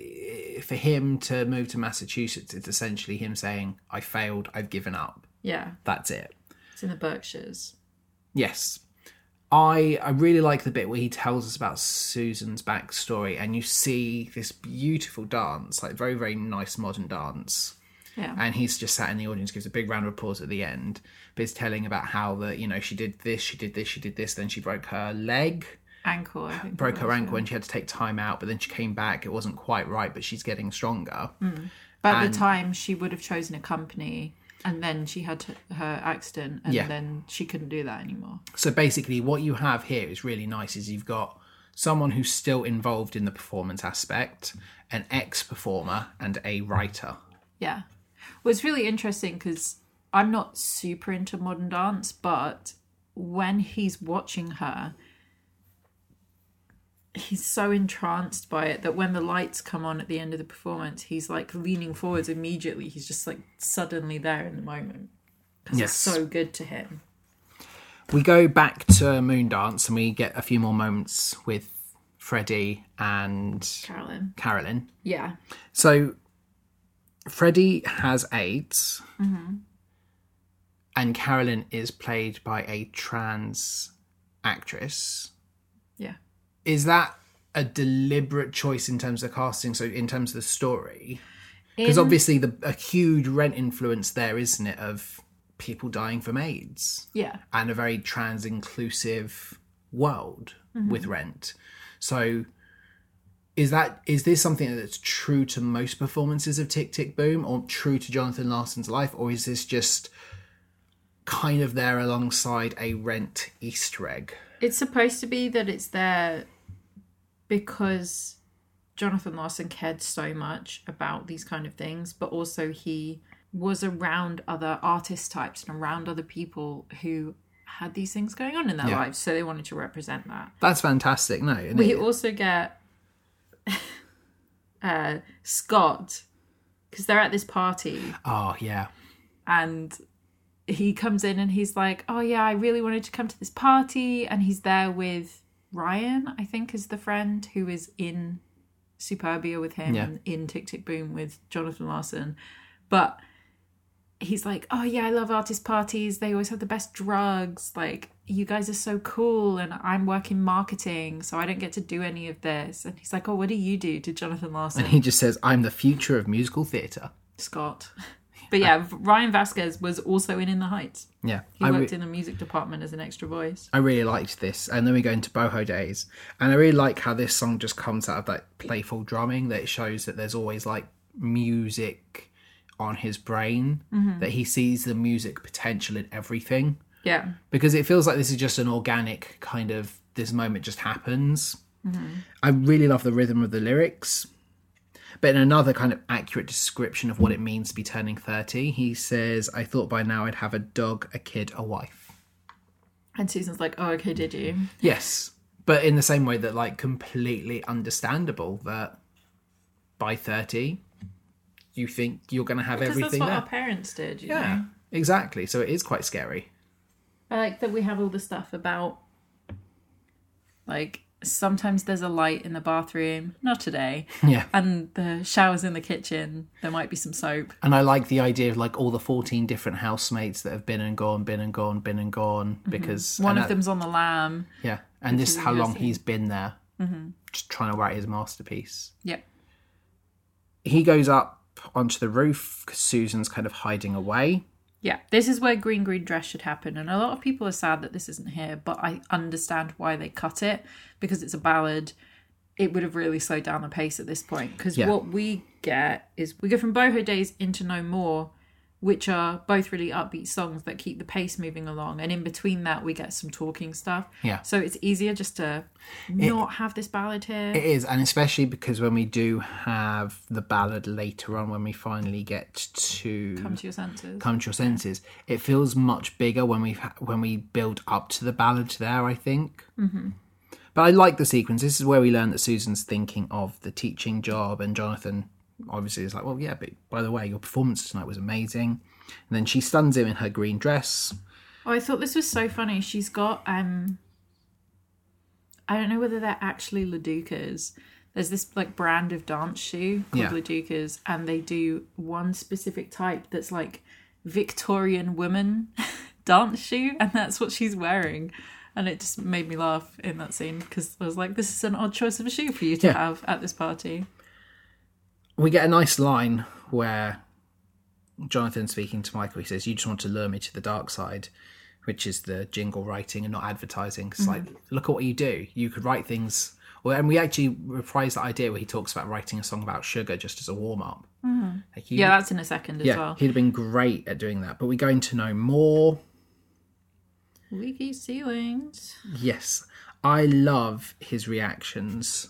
for him to move to Massachusetts, it's essentially him saying, "I failed. I've given up. yeah. That's it." It's in the Berkshires. Yes. I I really like the bit where he tells us about Susan's backstory and you see this beautiful dance, like very, very nice modern dance. Yeah. And he's just sat in the audience, gives a big round of applause at the end, but he's telling about how that, you know, she did this, she did this, she did this, then she broke her leg, Ankle, I think. broke her ankle and she had to take time out, but then she came back, it wasn't quite right, but she's getting stronger. But at the time, she would have chosen a company, and then she had t- her accident, and Yeah. then she couldn't do that anymore. So basically, what you have here is really nice. Is you've got someone who's still involved in the performance aspect, an ex-performer, and a writer. Yeah. Well, it's really interesting because I'm not super into modern dance, but when he's watching her, he's so entranced by it that when the lights come on at the end of the performance, he's like leaning forwards immediately. He's just like suddenly there in the moment. 'Cause Yes. It's so good to him. We go back to Moondance, and we get a few more moments with Freddie and Carolyn. Carolyn. Yeah. So Freddie has 8 and Carolyn is played by a trans actress. Yeah. Is that a deliberate choice in terms of casting? So in terms of the story, because In- obviously the a huge rent influence there, isn't it, of people dying from AIDS Yeah. and a very trans inclusive world Mm-hmm. with rent. So is that is this something that's true to most performances of Tick Tick Boom or true to Jonathan Larson's life or is this just kind of there alongside a rent easter egg? It's supposed to be that it's there because Jonathan Larson cared so much about these kind of things, but also he was around other artist types and around other people who had these things going on in their Yeah. lives. So they wanted to represent that. That's fantastic. No. and We it- also get uh, Scott because they're at this party oh yeah. and he comes in and he's like, "Oh yeah, I really wanted to come to this party," and he's there with Ryan, I think, is the friend who is in Superbia with him Yeah. and in Tick Tick Boom with Jonathan Larson, but he's like, "Oh yeah, I love artist parties. They always have the best drugs. Like you guys are so cool, and I'm working marketing, so I don't get to do any of this." And he's like, "Oh, what do you do?" To Jonathan Larson, And he just says, I'm the future of musical theatre. Scott. But yeah, Ryan Vasquez was also in In the Heights. Yeah. He I, re- worked in the music department as an extra voice. I really liked this. And then we go into Boho Days. And I really like how this song just comes out of that playful drumming that it shows that there's always like music on his brain, that he sees the music potential in everything. Yeah. Because it feels like this is just an organic kind of, this moment just happens. I really love the rhythm of the lyrics. But in another kind of accurate description of what it means to be turning 30, he says, I thought by now I'd have a dog, a kid, a wife. And Susan's like, oh, okay, did you? Yes, but in the same way that like completely understandable that by thirty, you think you're going to have Because that's everything what there. our parents did, you yeah, exactly. So it is quite scary. know. I like that we have all the stuff about like sometimes there's a light in the bathroom, not today. Yeah. And the showers in the kitchen, there might be some soap. And I like the idea of like all the 14 different housemates that have been and gone, been and gone, been and gone because Mm-hmm. One and of that- them's on the lamb. Yeah. And this is how you long see. he's been there Mm-hmm. just trying to write his masterpiece. Yep. He goes up onto the roof because Susan's kind of hiding away. Yeah, this is where green green dress should happen, and a lot of people are sad that this isn't here. But I understand why they cut it because it's a ballad. It would have really slowed down the pace at this point because Yeah. what we get is we go from Boho Days into No More, which are both really upbeat songs that keep the pace moving along, and in between that we get some talking stuff. Yeah. so it's easier just to not have this ballad here. It is, and especially because when we do have the ballad later on, when we finally get to Come to your senses. come to your senses, it feels much bigger when we have when we build up to the ballad there. I think. Mm-hmm. But I like the sequence. This is where we learn that Susan's thinking of the teaching job, and Jonathan obviously is like, "Well, yeah, but by the way, your performance tonight was amazing." And then she stuns him in her green dress. Oh, I thought this was so funny. She's got um I don't know whether they're actually Ladukas. There's this like brand of dance shoe called Yeah. Ladukas, and they do one specific type that's like Victorian woman dance shoe, and that's what she's wearing. And it just made me laugh in that scene because I was like, "This is an odd choice of a shoe for you to Yeah. have at this party." we get a nice line where Jonathan speaking to Michael, he says, You just want to lure me to the dark side, which is the jingle writing and not advertising. Mm-hmm. It's like, look at what you do. You could write things. Well, and we actually reprise that idea where he talks about writing a song about sugar just as a warm up. Like he, Mm-hmm. Yeah, that's in a second as yeah, well. he'd have been great at doing that. But we're going to know more. Leaky ceilings. Yes, I love his reactions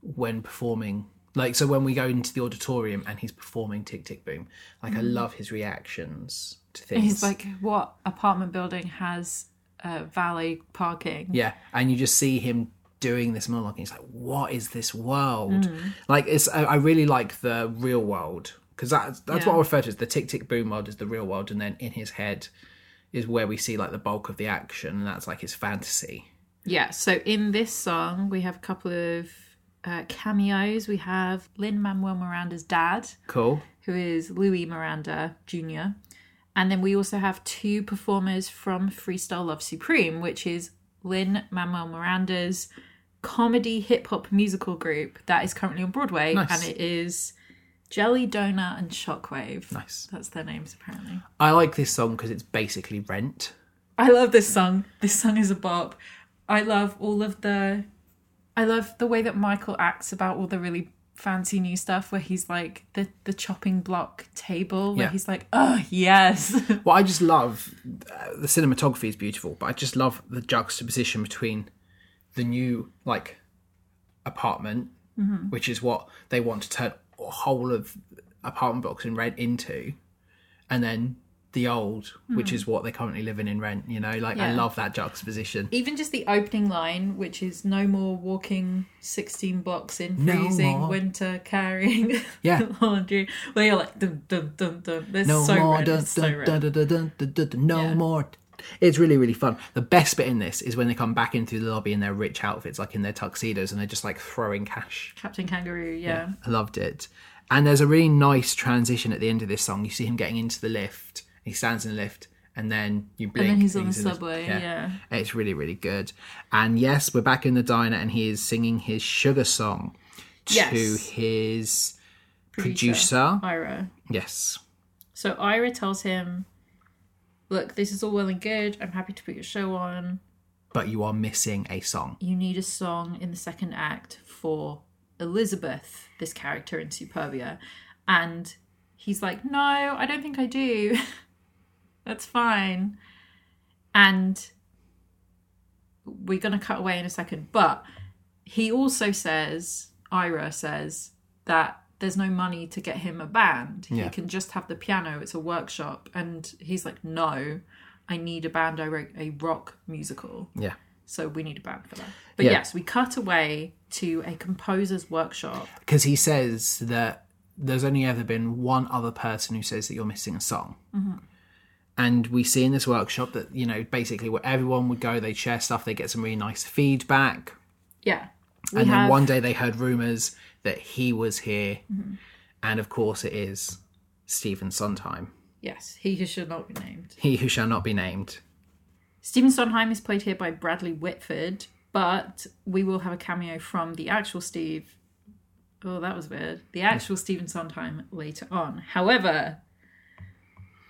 when performing. Like so, when we go into the auditorium and he's performing "Tick Tick Boom," like I love his reactions to things. Mm-hmm. He's like, "What apartment building has uh, valet parking?" yeah, and you just see him doing this monologue. And he's like, "What is this world?" Mm. Like it's. I I really like the real world because that's that's what Yeah. I refer to as the "Tick Tick Boom" world is the real world, and then in his head is where we see like the bulk of the action, and that's like his fantasy. Yeah, so in this song, we have a couple of uh, cameos. We have Lin Manuel Miranda's dad, Cool. who is Louis Miranda Jr., and then we also have two performers from Freestyle Love Supreme, which is Lin Manuel Miranda's comedy hip hop musical group that is currently on Broadway, Nice. and it is Jelly Donut and Shockwave. Nice. That's their names, apparently. I like this song because it's basically Rent. I love this song. This song is a bop. I love all of the I love the way that Michael acts about all the really fancy new stuff where he's like the the chopping block table where Yeah. he's like, "Oh, yes." Well, I just love uh, the cinematography is beautiful, but I just love the juxtaposition between the new like apartment, Mm-hmm. which is what they want to turn a whole of apartment blocks in rent into, and then the old, which is what they're currently living in rent. You know, like I Mm. Yeah. love that juxtaposition. Even just the opening line, which is no more walking 16 blocks in No freezing more. winter carrying Yeah. laundry. Well, you're like dun dun dun dun. There's No so more, red. dun, It's so dun, red. dun, dun, dun, dun, dun, dun, dun, no Yeah. more. It's really, really fun. The best bit in this is when they come back in through the lobby in their rich outfits, like in their tuxedos, and they're just like throwing cash. Captain Kangaroo, yeah. I loved it. And there's a really nice transition at the end of this song. You see him getting into the lift. He stands in the lift, and then you blink. he's on the in subway, yeah. It's really, really good. And yes, we're back in the diner, and he is singing his sugar song to Yes. his producer. Ira. Yes. So Ira tells him, Look, this is all well and good. I'm happy to put your show on. But you are missing a song. You need a song in the second act for Elizabeth, this character in Superbia. And he's like, No, I don't think I do. That's fine. And we're going to cut away in a second. But he also says, Ira says, that there's no money to get him a band. Yeah. He can just have the piano, it's a workshop. And he's like, no, I need a band. I wrote a rock musical. Yeah. So we need a band for that. But Yeah. yes, we cut away to a composer's workshop. Because he says that there's only ever been one other person who says that you're missing a song. Mm-hmm. And we see in this workshop that, you know, basically where everyone would go, they'd share stuff, they get some really nice feedback. Yeah. We And then have- one day they heard rumors that he was here. Mm-hmm. And of course, it is Stephen Sondheim, Yes, he who should not be named. he who shall not be named. Stephen Sondheim is played here by Bradley Whitford, but we will have a cameo from the actual Steve. Oh, that was weird. The actual Stephen Sondheim later on. However,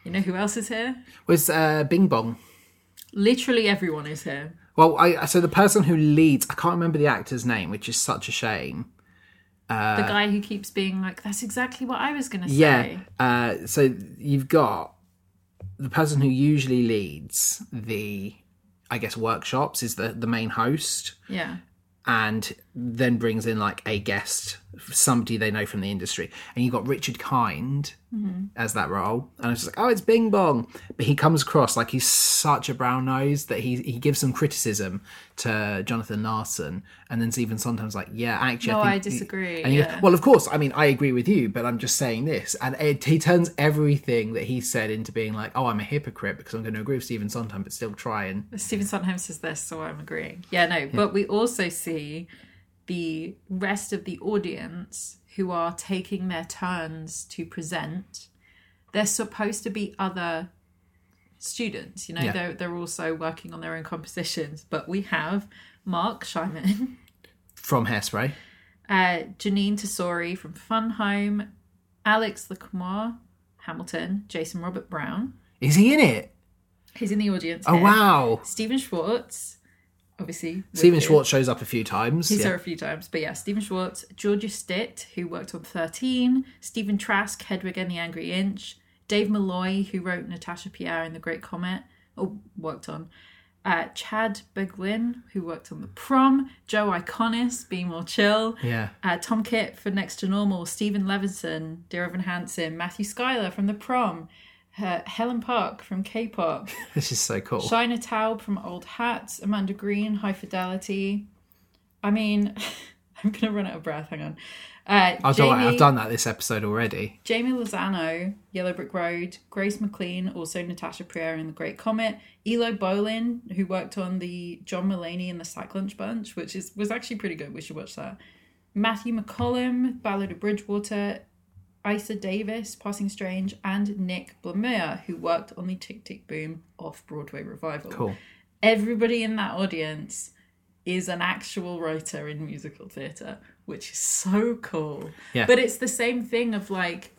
you know who else is here? Was uh, Bing Bong. Literally everyone is here. Well, I so the person who leads, I can't remember the actor's name, which is such a shame. the guy who keeps being like, "That's exactly what I was gonna say." Uh, Yeah. Uh, so you've got the person who usually leads the, I guess, workshops is the, the main host, Yeah. and then brings in like a guest, somebody they know from the industry. And you've got Richard Kind Mm-hmm. as that role. And I was just like, oh, it's Bing Bong. But he comes across like he's such a brown nose that he, he gives some criticism to Jonathan Larson. And then Stephen sometimes like, yeah, actually. No, think I you-" disagree, And he goes, yeah. well, of course, I mean, I agree with you, but I'm just saying this. And it, he turns everything that he said into being like, oh, I'm a hypocrite because I'm going to agree with Stephen Sondheim, but still try and Stephen Sondheim says this, so I'm agreeing. Yeah, no, but we also see the rest of the audience who are taking their turns to present. They're supposed to be other students, you know, Yeah. they're, they're also working on their own compositions. But we have Mark Shyman, from hairspray. uh, Janine Tesori from Fun Home, Alex Lacamoire, Hamilton, Jason Robert Brown. Is he in it? He's in the audience. Oh, here. wow. Stephen Schwartz, obviously. Stephen Wicked. Schwartz shows up a few times. He's yeah. there a few times, but yeah, Stephen Schwartz, Georgia Stitt, who worked on 13, Stephen Trask, Hedwig and the Angry Inch, Dave Malloy, who wrote Natasha Pierre in The Great Comet, or worked on, uh, Chad Beglin, who worked on The Prom, Joe Iconis, Be More Chill, Yeah. uh, Tom Kitt for Next to Normal, Stephen Levinson, Dear Evan Hansen, Matthew Schuyler from The Prom, uh, Helen Park from K-pop, This is so cool. Shina Taub from Old Hats, Amanda Green, High Fidelity. I mean, I'm gonna run out of breath. Hang on. Uh, I'll do Jamie, I've done that this episode already. Jamie Lozano, Yellow Brick Road, Grace McLean, also Natasha Prier in The Great Comet, Elo Bolin, who worked on the John Mulaney and the Sack Lunch Bunch, which is was actually pretty good. We should watch that. Matthew McCollum, Ballad of Bridgewater, Isa Davis, Passing Strange, and Nick Blamire, who worked on the Tick Tick Boom off Broadway revival Cool. everybody in that audience is an actual writer in musical theatre, which is so cool. Yeah. But it's the same thing of like,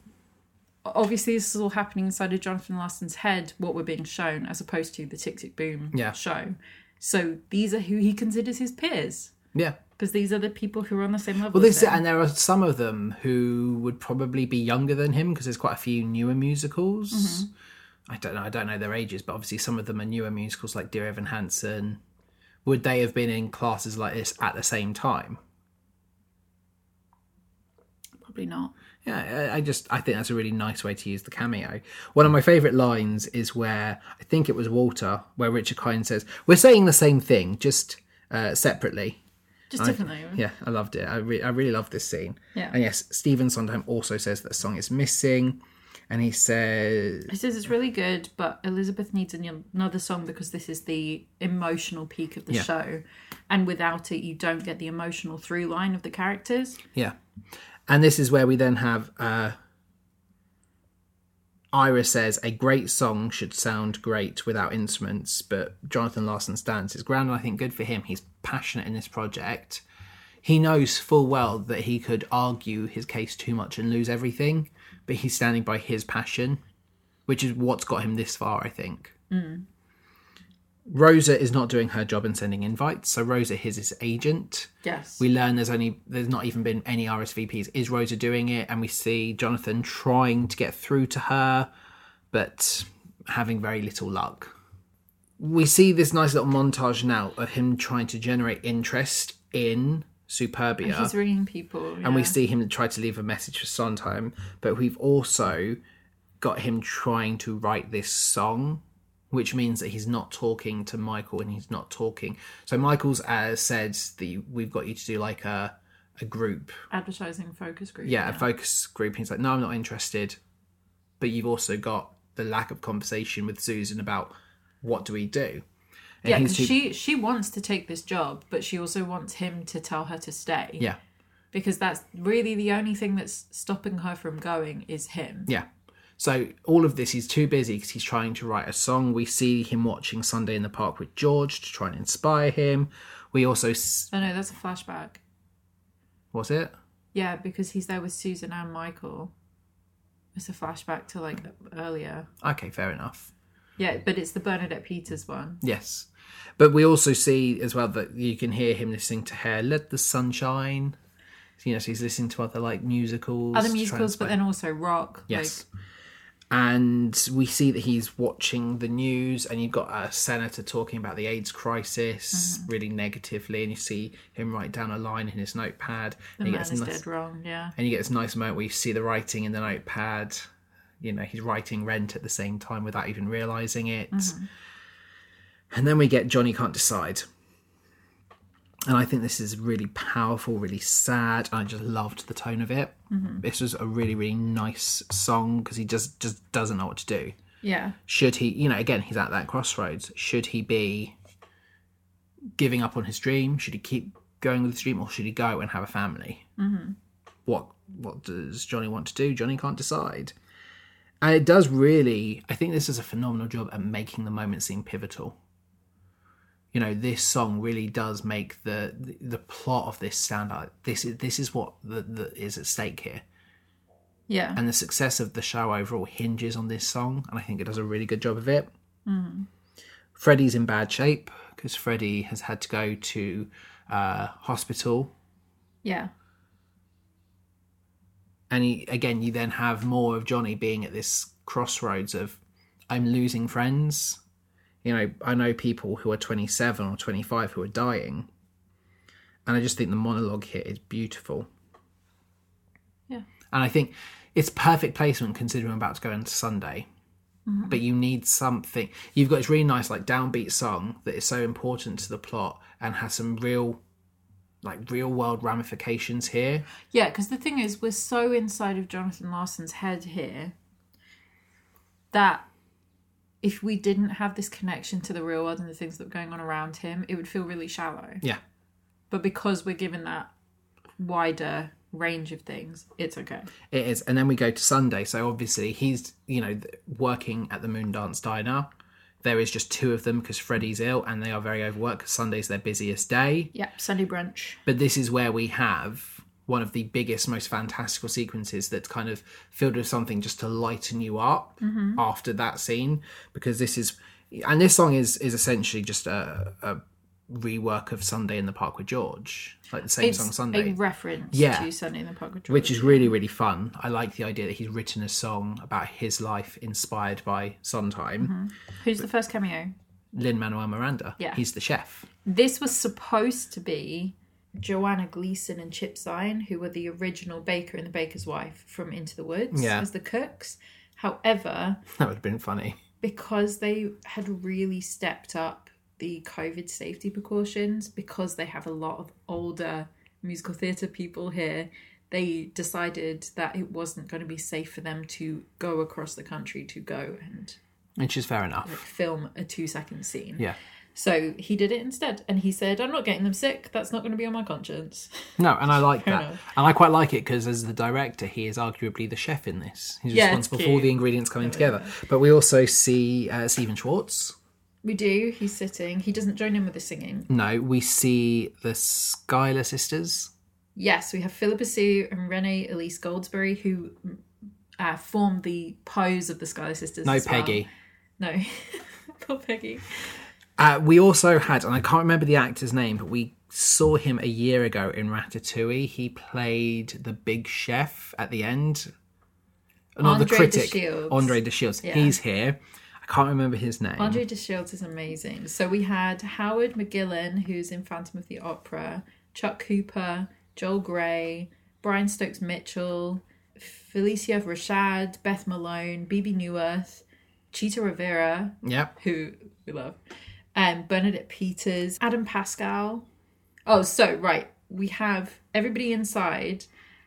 obviously, this is all happening inside of Jonathan Larson's head, what we're being shown, as opposed to the Tick Tick Boom Yeah. show. So these are who he considers his peers, Yeah. because these are the people who are on the same level. Well, as this him. and there are some of them who would probably be younger than him because there's quite a few newer musicals. I don't know. I don't know their ages, but obviously some of them are newer musicals like Dear Evan Hansen. Would they have been in classes like this at the same time? probably not. Yeah, I- I just I think that's a really nice way to use the cameo. One of my favourite lines is where I think it was Walter, where Richard Kind says, "We're saying the same thing, just uh, separately." Just differently. Yeah, I loved it. I, re- I really loved this scene. Mm-hmm. Yeah. And yes, Stephen Sondheim also says that a song is missing, and he says, He says it's really good, but Elizabeth needs an- another song because this is the emotional peak of the Yeah. show. And without it, you don't get the emotional through line of the characters. "Yeah," and this is where we then have uh, Ira says a great song should sound great without instruments, but Jonathan Larson's dance is ground, and I think good for him. He's passionate in this project. He knows full well that he could argue his case too much and lose everything, but he's standing by his passion, which is what's got him this far, I think. Rosa is not doing her job in sending invites, so Rosa is his agent. Yes. We learn there's only there's not even been any RSVPs. Is Rosa doing it? And we see Jonathan trying to get through to her, but having very little luck. We see this nice little montage now of him trying to generate interest in Superbia He's ringing people. and we see him try to leave a message for Sondheim, but we've also got him trying to write this song, which means that he's not talking to Michael and he's not talking. So Michael's uh, said the we've got you to do like a a group. Advertising focus group. Yeah, a focus group. He's like, no, I'm not interested. But you've also got the lack of conversation with Susan about what do we do. And Yeah, he's 'cause too- she she wants to take this job, but she also wants him to tell her to stay. yeah, Because that's really the only thing that's stopping her from going is him. yeah. So all of this, he's too busy because he's trying to write a song. We see him watching Sunday in the Park with George to try and inspire him. We also s- Oh no, that's a flashback. was it Yeah, because he's there with Susan and Michael. It's a flashback to like earlier. okay? Fair enough. Yeah, but it's the Bernadette Peters one. Yes. But we also see as well that you can hear him listening to Hair, Let the Sun Shine. You know, so he's listening to other like musicals. Other to try musicals, and but inspire- then also rock. Yes. and we see that he's watching the news, and you've got a senator talking about the AIDS crisis really negatively, and you see him write down a line in his notepad. Like, and the he man gets is a nice- dead wrong. Yeah. and you get this nice moment where you see the writing in the notepad. You know, he's writing rent at the same time without even realizing it. And then we get Johnny Can't Decide. And I think this is really powerful, really sad. I just loved the tone of it. This was a really, really nice song because he just just doesn't know what to do. Yeah. Should he, you know, again, he's at that crossroads. Should he be giving up on his dream? Should he keep going with his dream, or should he go and have a family? Mm-hmm. What What does Johnny want to do? Johnny can't decide. And it does really. I think this is a phenomenal job at making the moment seem pivotal. You know, this song really does make the the, the plot of this sound like this. is This is what the, the, is at stake here Yeah. and the success of the show overall hinges on this song, and I think it does a really good job of it. Freddie's in bad shape because Freddie has had to go to uh, hospital, yeah. and he, again, you then have more of Johnny being at this crossroads of I'm losing friends. You know, I know people who are 27 or 25 who are dying, and I just think the monologue here is beautiful. Yeah. And I think it's perfect placement considering I'm about to go into Sunday. But you need something. You've got this really nice, like downbeat song that is so important to the plot and has some real, like real world ramifications here. Yeah, because the thing is, we're so inside of Jonathan Larson's head here that if we didn't have this connection to the real world and the things that were going on around him, it would feel really shallow. Yeah, But because we're given that wider range of things, it's okay. it is. And then we go to Sunday. So obviously he's, you know, th- working at the Moon Dance Diner. There is just two of them because Freddie's ill and they are very overworked. 'cause Sunday's their busiest day. Yep, Sunday brunch. But this is where we have one of the biggest, most fantastical sequences that's kind of filled with something just to lighten you up after that scene. Because this is, and this song is is essentially just a, a rework of Sunday in the Park with George, like the same song Sunday. a reference Yeah. to Sunday in the Park with George. which is really, really fun. I like the idea that he's written a song about his life inspired by Sondheim. Who's the first cameo? Lin Manuel Miranda. Mm-hmm. Yeah. He's the chef. This was supposed to be Joanna Gleason and Chip Zion, who were the original baker and the baker's wife from Into the Woods Yeah. as the cooks. However, That would have been funny. because they had really stepped up the COVID safety precautions, because they have a lot of older musical theatre people here, they decided that it wasn't going to be safe for them to go across the country to go and Which is fair enough. film a two second scene. Yeah. So he did it instead. And he said, I'm not getting them sick. That's not going to be on my conscience. No, and I like that, enough. and I quite like it because as the director, he is arguably the chef in this. He's Yeah, it's responsible for all cute. the ingredients coming together. But we also see uh, Stephen Schwartz. We do. He's sitting. He doesn't join in with the singing. No, we see the Schuyler sisters. Yes, we have Philippa Sue and Renee Elise Goldsberry, who uh, formed the pose of the Skylar Sisters. No, as well. Peggy. No, not Peggy. Uh, we also had, and I can't remember the actor's name, but we saw him a year ago in Ratatouille. He played the big chef at the end. Uh, Not Andre the de critic, Shields. Andre de Shields. He's here. I can't remember his name. Andre de Shields is amazing. So we had Howard McGillen, who's in Phantom of the Opera, Chuck Cooper, Joel Gray, Brian Stokes Mitchell, Felicia Rashad, Beth Malone, BB Newirth, Cheetah Rivera, Yep. who we love, um, Bernadette Peters, Adam Pascal. Oh, so right, we have everybody inside,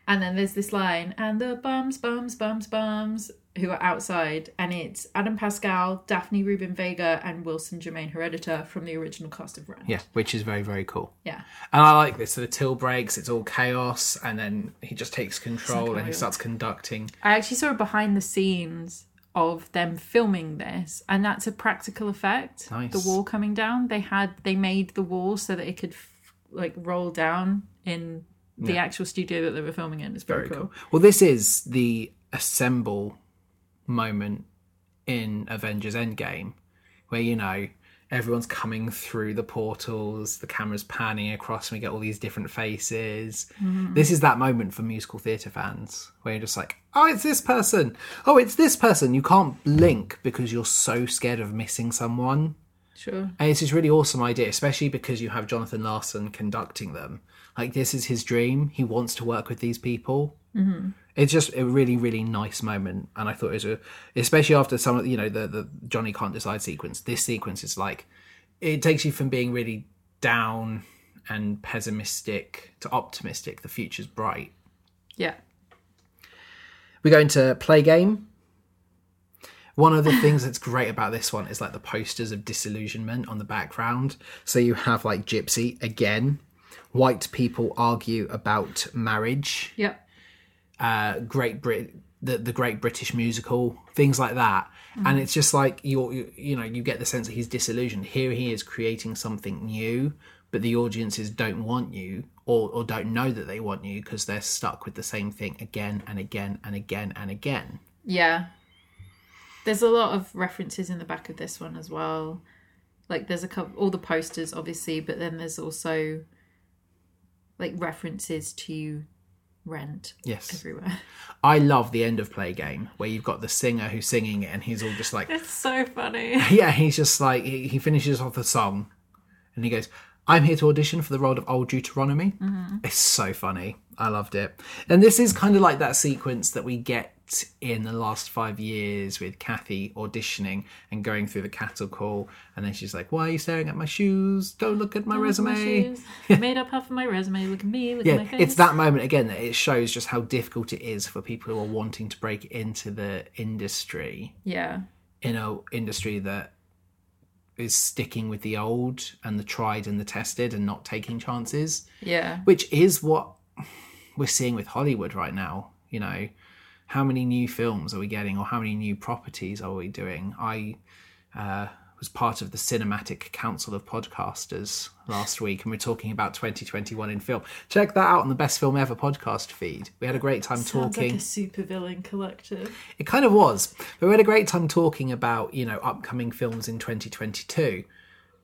and then there's this line, and the bums, bums, bums, bums, who are outside, and it's Adam Pascal, Daphne Rubin Vega, and Wilson Jermaine Heredita from the original cast of Rent. Yeah, which is very, very cool. Yeah. And I like this. So the till breaks, it's all chaos, and then he just takes control and he chaos. starts conducting. I actually saw a behind the scenes of them filming this, and that's a practical effect. Nice. The wall coming down. They had they made the wall so that it could f- like roll down in the actual studio that they were filming in. It's very, cool. Well, this is the assemble moment in Avengers Endgame, where, you know, everyone's coming through the portals, the camera's panning across, and we get all these different faces. This is that moment for musical theatre fans where you're just like, oh, it's this person. Oh, it's this person. You can't blink because you're so scared of missing someone. Sure. And it's this really awesome idea, especially because you have Jonathan Larson conducting them. Like this is his dream. He wants to work with these people. Mm-hmm. It's just a really, really nice moment, and I thought it was a, especially after some of you know the the Johnny can't decide sequence. This sequence is like, it takes you from being really down and pessimistic to optimistic. The future's bright. Yeah. We go into play game. One of the things that's great about this one is like the posters of disillusionment on the background. So you have like Gypsy again. White people argue about marriage. Yep. Uh, Great Brit, the, the Great British musical, things like that. And it's just like you're, you you know you get the sense that he's disillusioned. Here he is creating something new, but the audiences don't want you or or don't know that they want you because they're stuck with the same thing again and again and again and again. Yeah. There's a lot of references in the back of this one as well. Like there's a couple all the posters obviously, but then there's also like references to rent Yes. everywhere. I love the end of play game where you've got the singer who's singing it and he's all just like, It's so funny. yeah, he's just like, he, he finishes off the song and he goes, I'm here to audition for the role of Old Deuteronomy. It's so funny. I loved it. And this is kind of like that sequence that we get in the last five years with Kathy auditioning and going through the cattle call. And then she's like, Why are you staring at my shoes? Don't look at my resume. My shoes. I made up half of my resume. Look at me. Look at yeah, my face. it's that moment again that it shows just how difficult it is for people who are wanting to break into the industry Yeah, in a industry that is sticking with the old and the tried and the tested and not taking chances, yeah, which is what we're seeing with Hollywood right now. You know, how many new films are we getting, or how many new properties are we doing? I uh, was part of the Cinematic Council of Podcasters last week, and we're talking about 2021 in film. Check that out on the Best Film Ever podcast feed. We had a great time Sounds talking. like a supervillain collective. It kind of was. But we had a great time talking about, you know, upcoming films in 2022.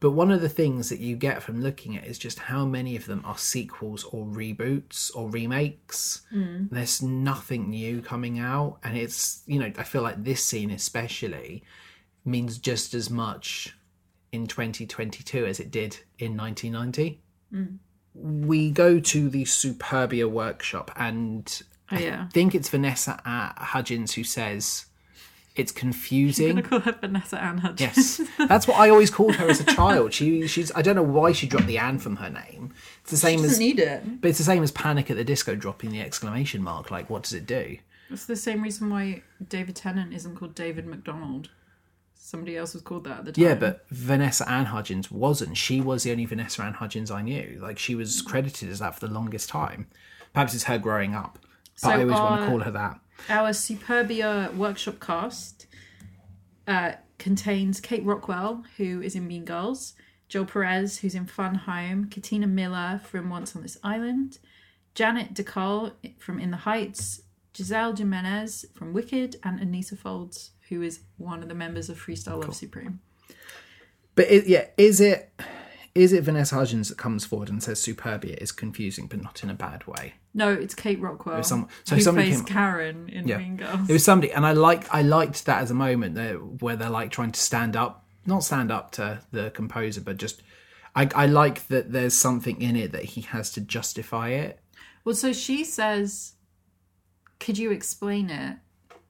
But one of the things that you get from looking at is just how many of them are sequels or reboots or remakes. There's nothing new coming out. And it's, you know, I feel like this scene especially means just as much in 2022 as it did in 1990. We go to the Superbia workshop and Oh yeah, I think it's Vanessa uh, Hudgens who says it's confusing. I'm gonna call her Vanessa Ann Hudgens. yes, that's what I always called her as a child. She, she's I don't know why she dropped the "an" from her name. It's the same as, need it. but it's the same as Panic at the Disco dropping the exclamation mark. Like, what does it do? It's the same reason why David Tennant isn't called David McDonald. Somebody else was called that at the time. Yeah, but Vanessa Ann Hudgens wasn't. She was the only Vanessa Ann Hudgens I knew. Like, she was credited as that for the longest time. Perhaps it's her growing up, but So I always want to are- call her that. our Superbia workshop cast uh, contains Kate Rockwell, who is in Mean Girls, Joel Perez, who's in Fun Home, Katina Miller from Once on This Island, Janet DeCol from In the Heights, Giselle Jimenez from Wicked, and Anissa Folds, who is one of the members of Freestyle Love Supreme. But it, yeah, is it is it Vanessa Hudgens that comes forward and says Superbia is confusing, but not in a bad way? No, it's Kate Rockwell. some- so who somebody plays came- Karen in Yeah. Mean Girls. It was somebody, and I like I liked that as a moment there where they're like trying to stand up, not stand up to the composer, but just I, I like that there's something in it that he has to justify it. Well, so she says, "Could you explain it?"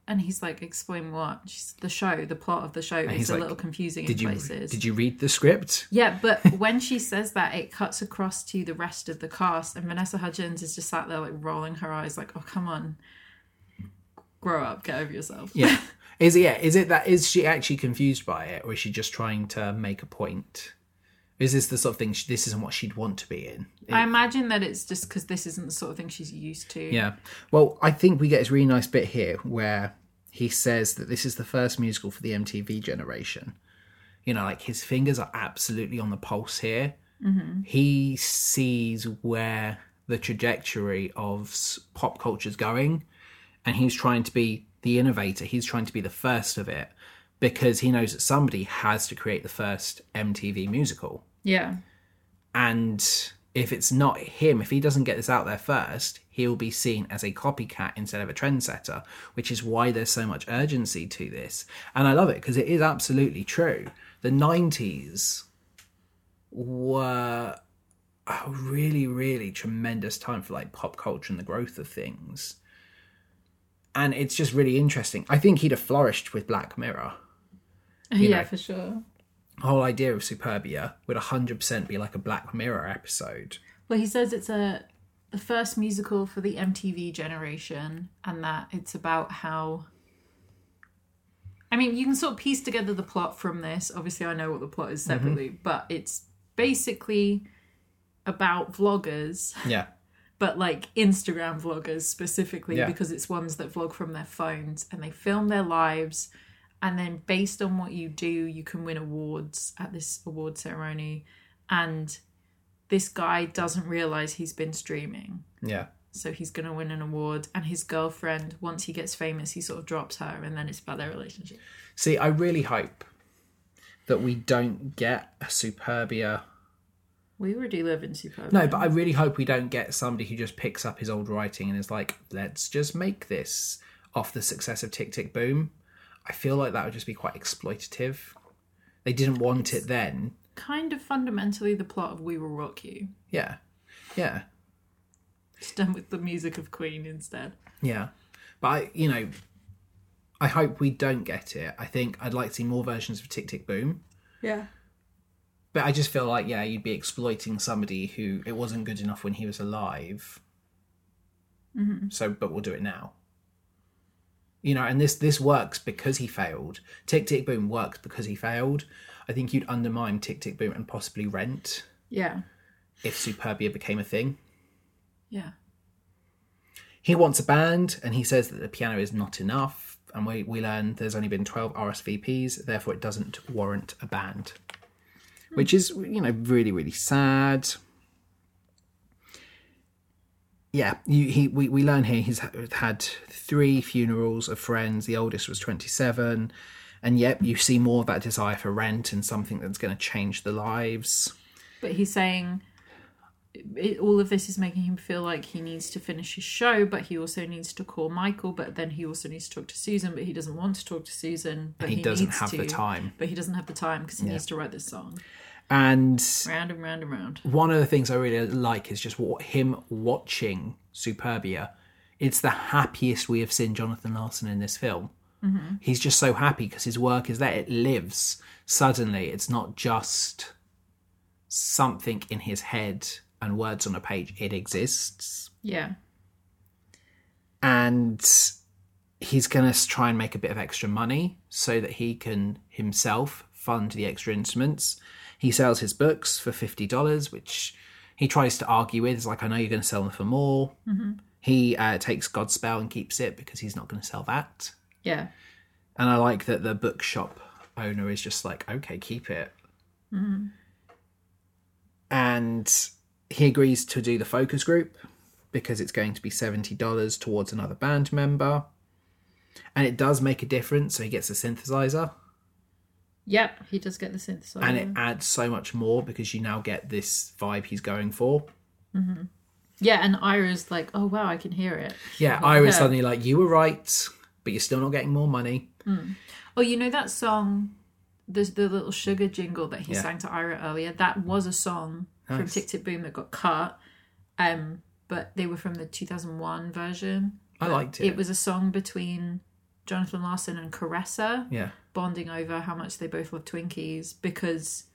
And he's like, explain what? She's, the show, the plot of the show is he's a like, little confusing Did in you places. did you read the script? Yeah, but when she says that, it cuts across to the rest of the cast, and Vanessa Hudgens is just sat there, like rolling her eyes, like, "Oh, come on, grow up, get over yourself." Yeah. Is it yeah, is it that is she actually confused by it or is she just trying to make a point? Is this the sort of thing she, this isn't what she'd want to be in? I imagine that it's just because this isn't the sort of thing she's used to. Yeah. Well, I think we get this really nice bit here where he says that this is the first musical for the MTV generation. You know, like his fingers are absolutely on the pulse here. Mm-hmm. He sees where the trajectory of s- pop culture's going, and he's trying to be the innovator. He's trying to be the first of it because he knows that somebody has to create the first MTV musical. yeah, And if it's not him, if he doesn't get this out there first, he'll be seen as a copycat instead of a trendsetter, which is why there's so much urgency to this. And I love it because it is absolutely true. The 90s were a really, really tremendous time for like pop culture and the growth of things. And it's just really interesting. I think he'd have flourished with Black Mirror. yeah, know. for sure. The whole idea of Superbia would 100% be like a Black Mirror episode. Well, he says it's a the first musical for the MTV generation, and that it's about how. I mean, you can sort of piece together the plot from this. Obviously, I know what the plot is separately, but it's basically about vloggers, Yeah. but like Instagram vloggers specifically, Yeah. because it's ones that vlog from their phones and they film their lives. And then, based on what you do, you can win awards at this award ceremony. And this guy doesn't realize he's been streaming. Yeah. So he's going to win an award. And his girlfriend, once he gets famous, he sort of drops her. And then it's about their relationship. See, I really hope that we don't get a Superbia. We already live in Super. No, but I really hope we don't get somebody who just picks up his old writing and is like, let's just make this off the success of Tick Tick Boom. I feel like that would just be quite exploitative. They didn't want it then. kind of fundamentally the plot of We Will Rock You. Yeah. Yeah. Just done with the music of Queen instead. Yeah. But I, you know, I hope we don't get it. I think I'd like to see more versions of Tick Tick Boom. Yeah. But I just feel like, yeah, you'd be exploiting somebody who it wasn't good enough when he was alive. So, but we'll do it now. You know, and this this works because he failed. Tick Tick Boom works because he failed. I think you'd undermine Tick Tick Boom and possibly Rent Yeah. if Superbia became a thing. Yeah. He wants a band, and he says that the piano is not enough. And we, we learn there's only been 12 RSVPs, therefore it doesn't warrant a band. Which is, you know, really, really sad. Yeah, you, he, we, we learn here he's ha- had three funerals of friends. The oldest was 27. And yep, you see more of that desire for rent and something that's going to change the lives. But he's saying it, all of this is making him feel like he needs to finish his show, but he also needs to call Michael, but then he also needs to talk to Susan, but he doesn't want to talk to Susan. But he doesn't needs have to, the time. But he doesn't have the time because he needs to write this song. And Round and round and round. one of the things I really like is just what him watching Superbia. It's the happiest we have seen Jonathan Larson in this film. He's just so happy because his work is there. It lives. Suddenly, it's not just something in his head and words on a page. It exists. Yeah. And he's going to try and make a bit of extra money so that he can himself fund the extra instruments. He sells his books for $50, which he tries to argue with. It's like, I know you're going to sell them for more. He uh, takes Godspell and keeps it because he's not going to sell that. Yeah. And I like that the bookshop owner is just like, okay, keep it. Mm-hmm. And he agrees to do the focus group because it's going to be $70 towards another band member. And it does make a difference. So he gets a synthesizer Yep. He does get the synthesizer. and it adds so much more because you now get this vibe he's going for. yeah. And Ira's like, oh, wow, I can hear it. Yeah, Ira's Yeah. suddenly like, you were right, but you're still not getting more money. Oh, you know that song, the the little sugar jingle that he Mm. Yeah. sang to Ira earlier. That was a song from Nice. Tick Tick Boom that got cut. Um, but they were from the 2001 version. I liked it. It was a song between Jonathan Larson and Caressa Yeah. bonding over how much they both love Twinkies because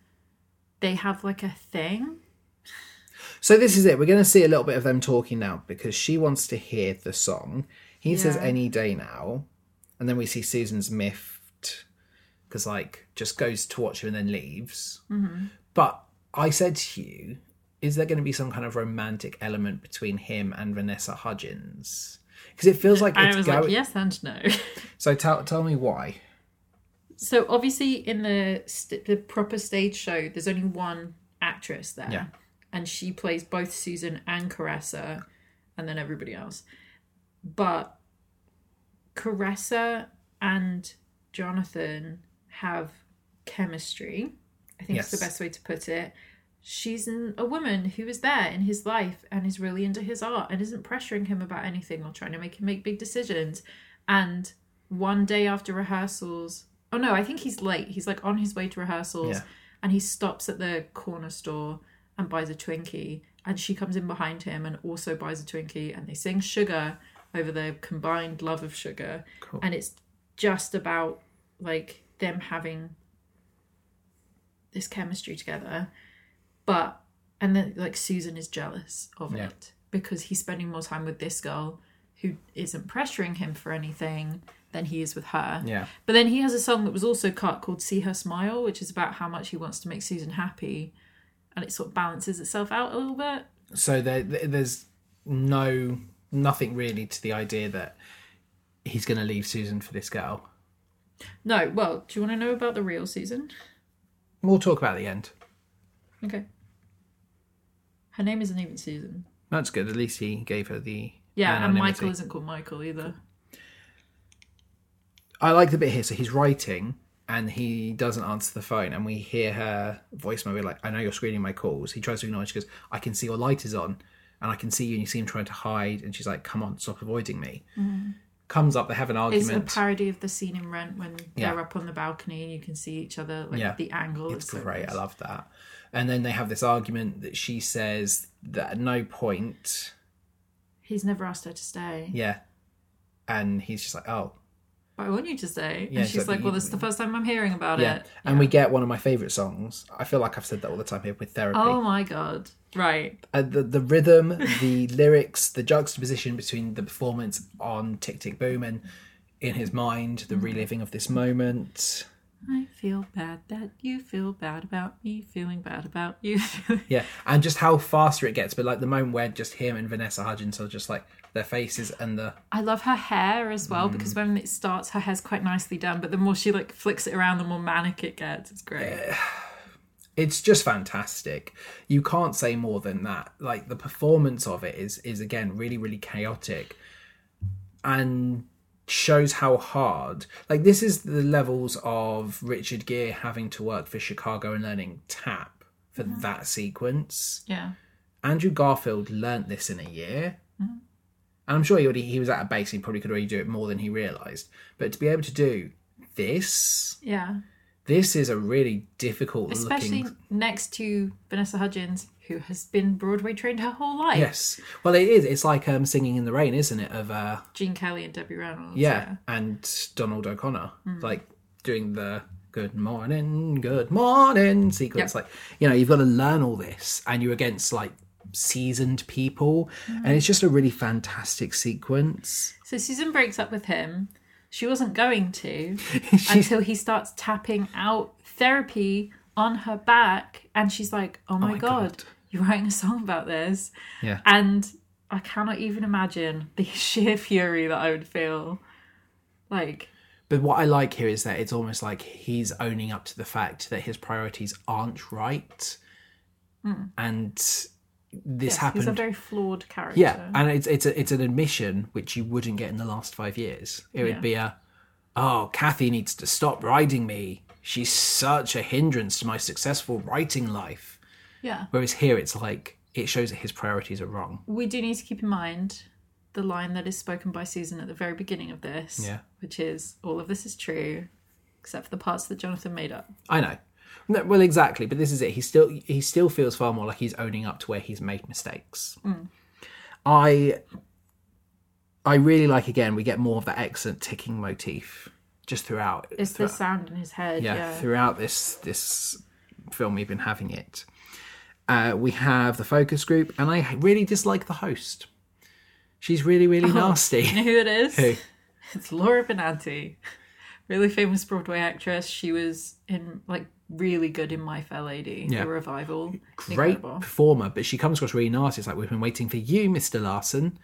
they have like a thing. So this is it. We're going to see a little bit of them talking now because she wants to hear the song. He says Yeah. any day now, and then we see Susan's miffed because like just goes to watch her and then leaves. Mm-hmm. But I said to you, is there going to be some kind of romantic element between him and Vanessa Hudgens? Because it feels like And it's I was going. like, yes and no. So tell tell me why. so obviously, in the st- the proper stage show, there's only one actress there, Yeah. and she plays both Susan and Caressa, and then everybody else. But Caressa and Jonathan have chemistry. I think it's the Yes. best way to put it. She's an, a woman who is there in his life and is really into his art and isn't pressuring him about anything or trying to make him make big decisions. And one day after rehearsals, oh no, I think he's late. He's like on his way to rehearsals Yeah. and he stops at the corner store and buys a Twinkie. And she comes in behind him and also buys a Twinkie and they sing Sugar over their combined love of sugar. Cool. And it's just about like them having this chemistry together but and then like susan is jealous of Yeah. it because he's spending more time with this girl who isn't pressuring him for anything than he is with her Yeah. but then he has a song that was also cut called see her smile which is about how much he wants to make susan happy and it sort of balances itself out a little bit so there there- there's no nothing really to the idea that he's going to leave Susan for this girl. no well do you want to know about the real susan We'll talk about the end. okay her name isn't even susan That's good. At least he gave her the yeah and anonymity. michael isn't called michael either I like the bit here. So he's writing and he doesn't answer the phone, and we hear her voicemail. We're like, I know you're screening my calls. He tries to ignore. It. She goes, I can see your light is on, and I can see you, and you seem trying to hide. And she's like, Come on, stop avoiding me. Comes up, they have an Mm-hmm. It's a argument. parody of the scene in Rent when Yeah. they're up on the balcony and you can see each other, like Yeah. the angle. It's so great. nice. I love that. And then they have this argument that she says that at no point, He's never asked her to stay. yeah. And he's just like, oh, But I want you to stay. Yeah, and she's exactly. like, well, this is the first time I'm hearing about yeah. it. And we get one of my favorite songs. I feel like I've said that all the time here with therapy. Oh my God. Right. Uh, the, the rhythm, the lyrics, the juxtaposition between the performance on Tick Tick Boom and in his mind, the reliving of this moment. I feel bad that you feel bad about me feeling bad about you. Yeah. And just how faster it gets. But like the moment where just him and Vanessa Hudgens are just like their faces and the. I love her hair as Mm. well because when it starts, her hair's quite nicely done, but the more she like flicks it around, the more manic it gets. It's great. it's just fantastic you can't say more than that like the performance of it is is again really really chaotic and shows how hard like this is the levels of richard gere having to work for chicago and learning tap for that sequence Yeah. andrew garfield learnt this in a year and i'm sure he already he was at a base he probably could already do it more than he realized but to be able to do this Yeah. this is a really difficult Especially looking next to Vanessa Hudgens, who has been Broadway trained her whole life. Yes. Well, it is. It's like um, singing in the rain, isn't it? Of uh, Gene Kelly and Debbie Reynolds. yeah, and Donald O'Connor, Mm. like doing the "Good morning, good morning" sequence. Yep. Like you know, you've got to learn all this, and you're against like seasoned people, and it's just a really fantastic sequence. So Susan breaks up with him. She wasn't going to until he starts tapping out therapy on her back. And she's like, oh my, my God, God. you're writing a song about this. Yeah. And I cannot even imagine the sheer fury that I would feel. Like, But what I like here is that it's almost like he's owning up to the fact that his priorities aren't right, and this Mm. he's a happened very flawed character. Yeah, and it's it's a, it's an admission which you wouldn't get in the last five years. It would Yeah. be a, oh, Kathy needs to stop riding me. She's such a hindrance to my successful writing life. Yeah. Whereas here, it's like it shows that his priorities are wrong. we do need to keep in mind the line that is spoken by Susan at the very beginning of this, Yeah. which is all of this is true except for the parts that Jonathan made up. I know. No, well, exactly. But this is it. He still he still feels far more like he's owning up to where he's made mistakes. I I really like again. We get more of that excellent ticking motif just throughout. It's the throughout- sound in his head. yeah, Yeah. throughout this this film we've been having it uh, we have the focus group and i really dislike the host she's really really Oh, You know nasty who it is? Who? It's Laura Benanti, really famous Broadway actress. She was in like really good in My Fair Lady, Yeah. the revival. great Incredible. performer but she comes across really nasty it's like we've been waiting for you mr larson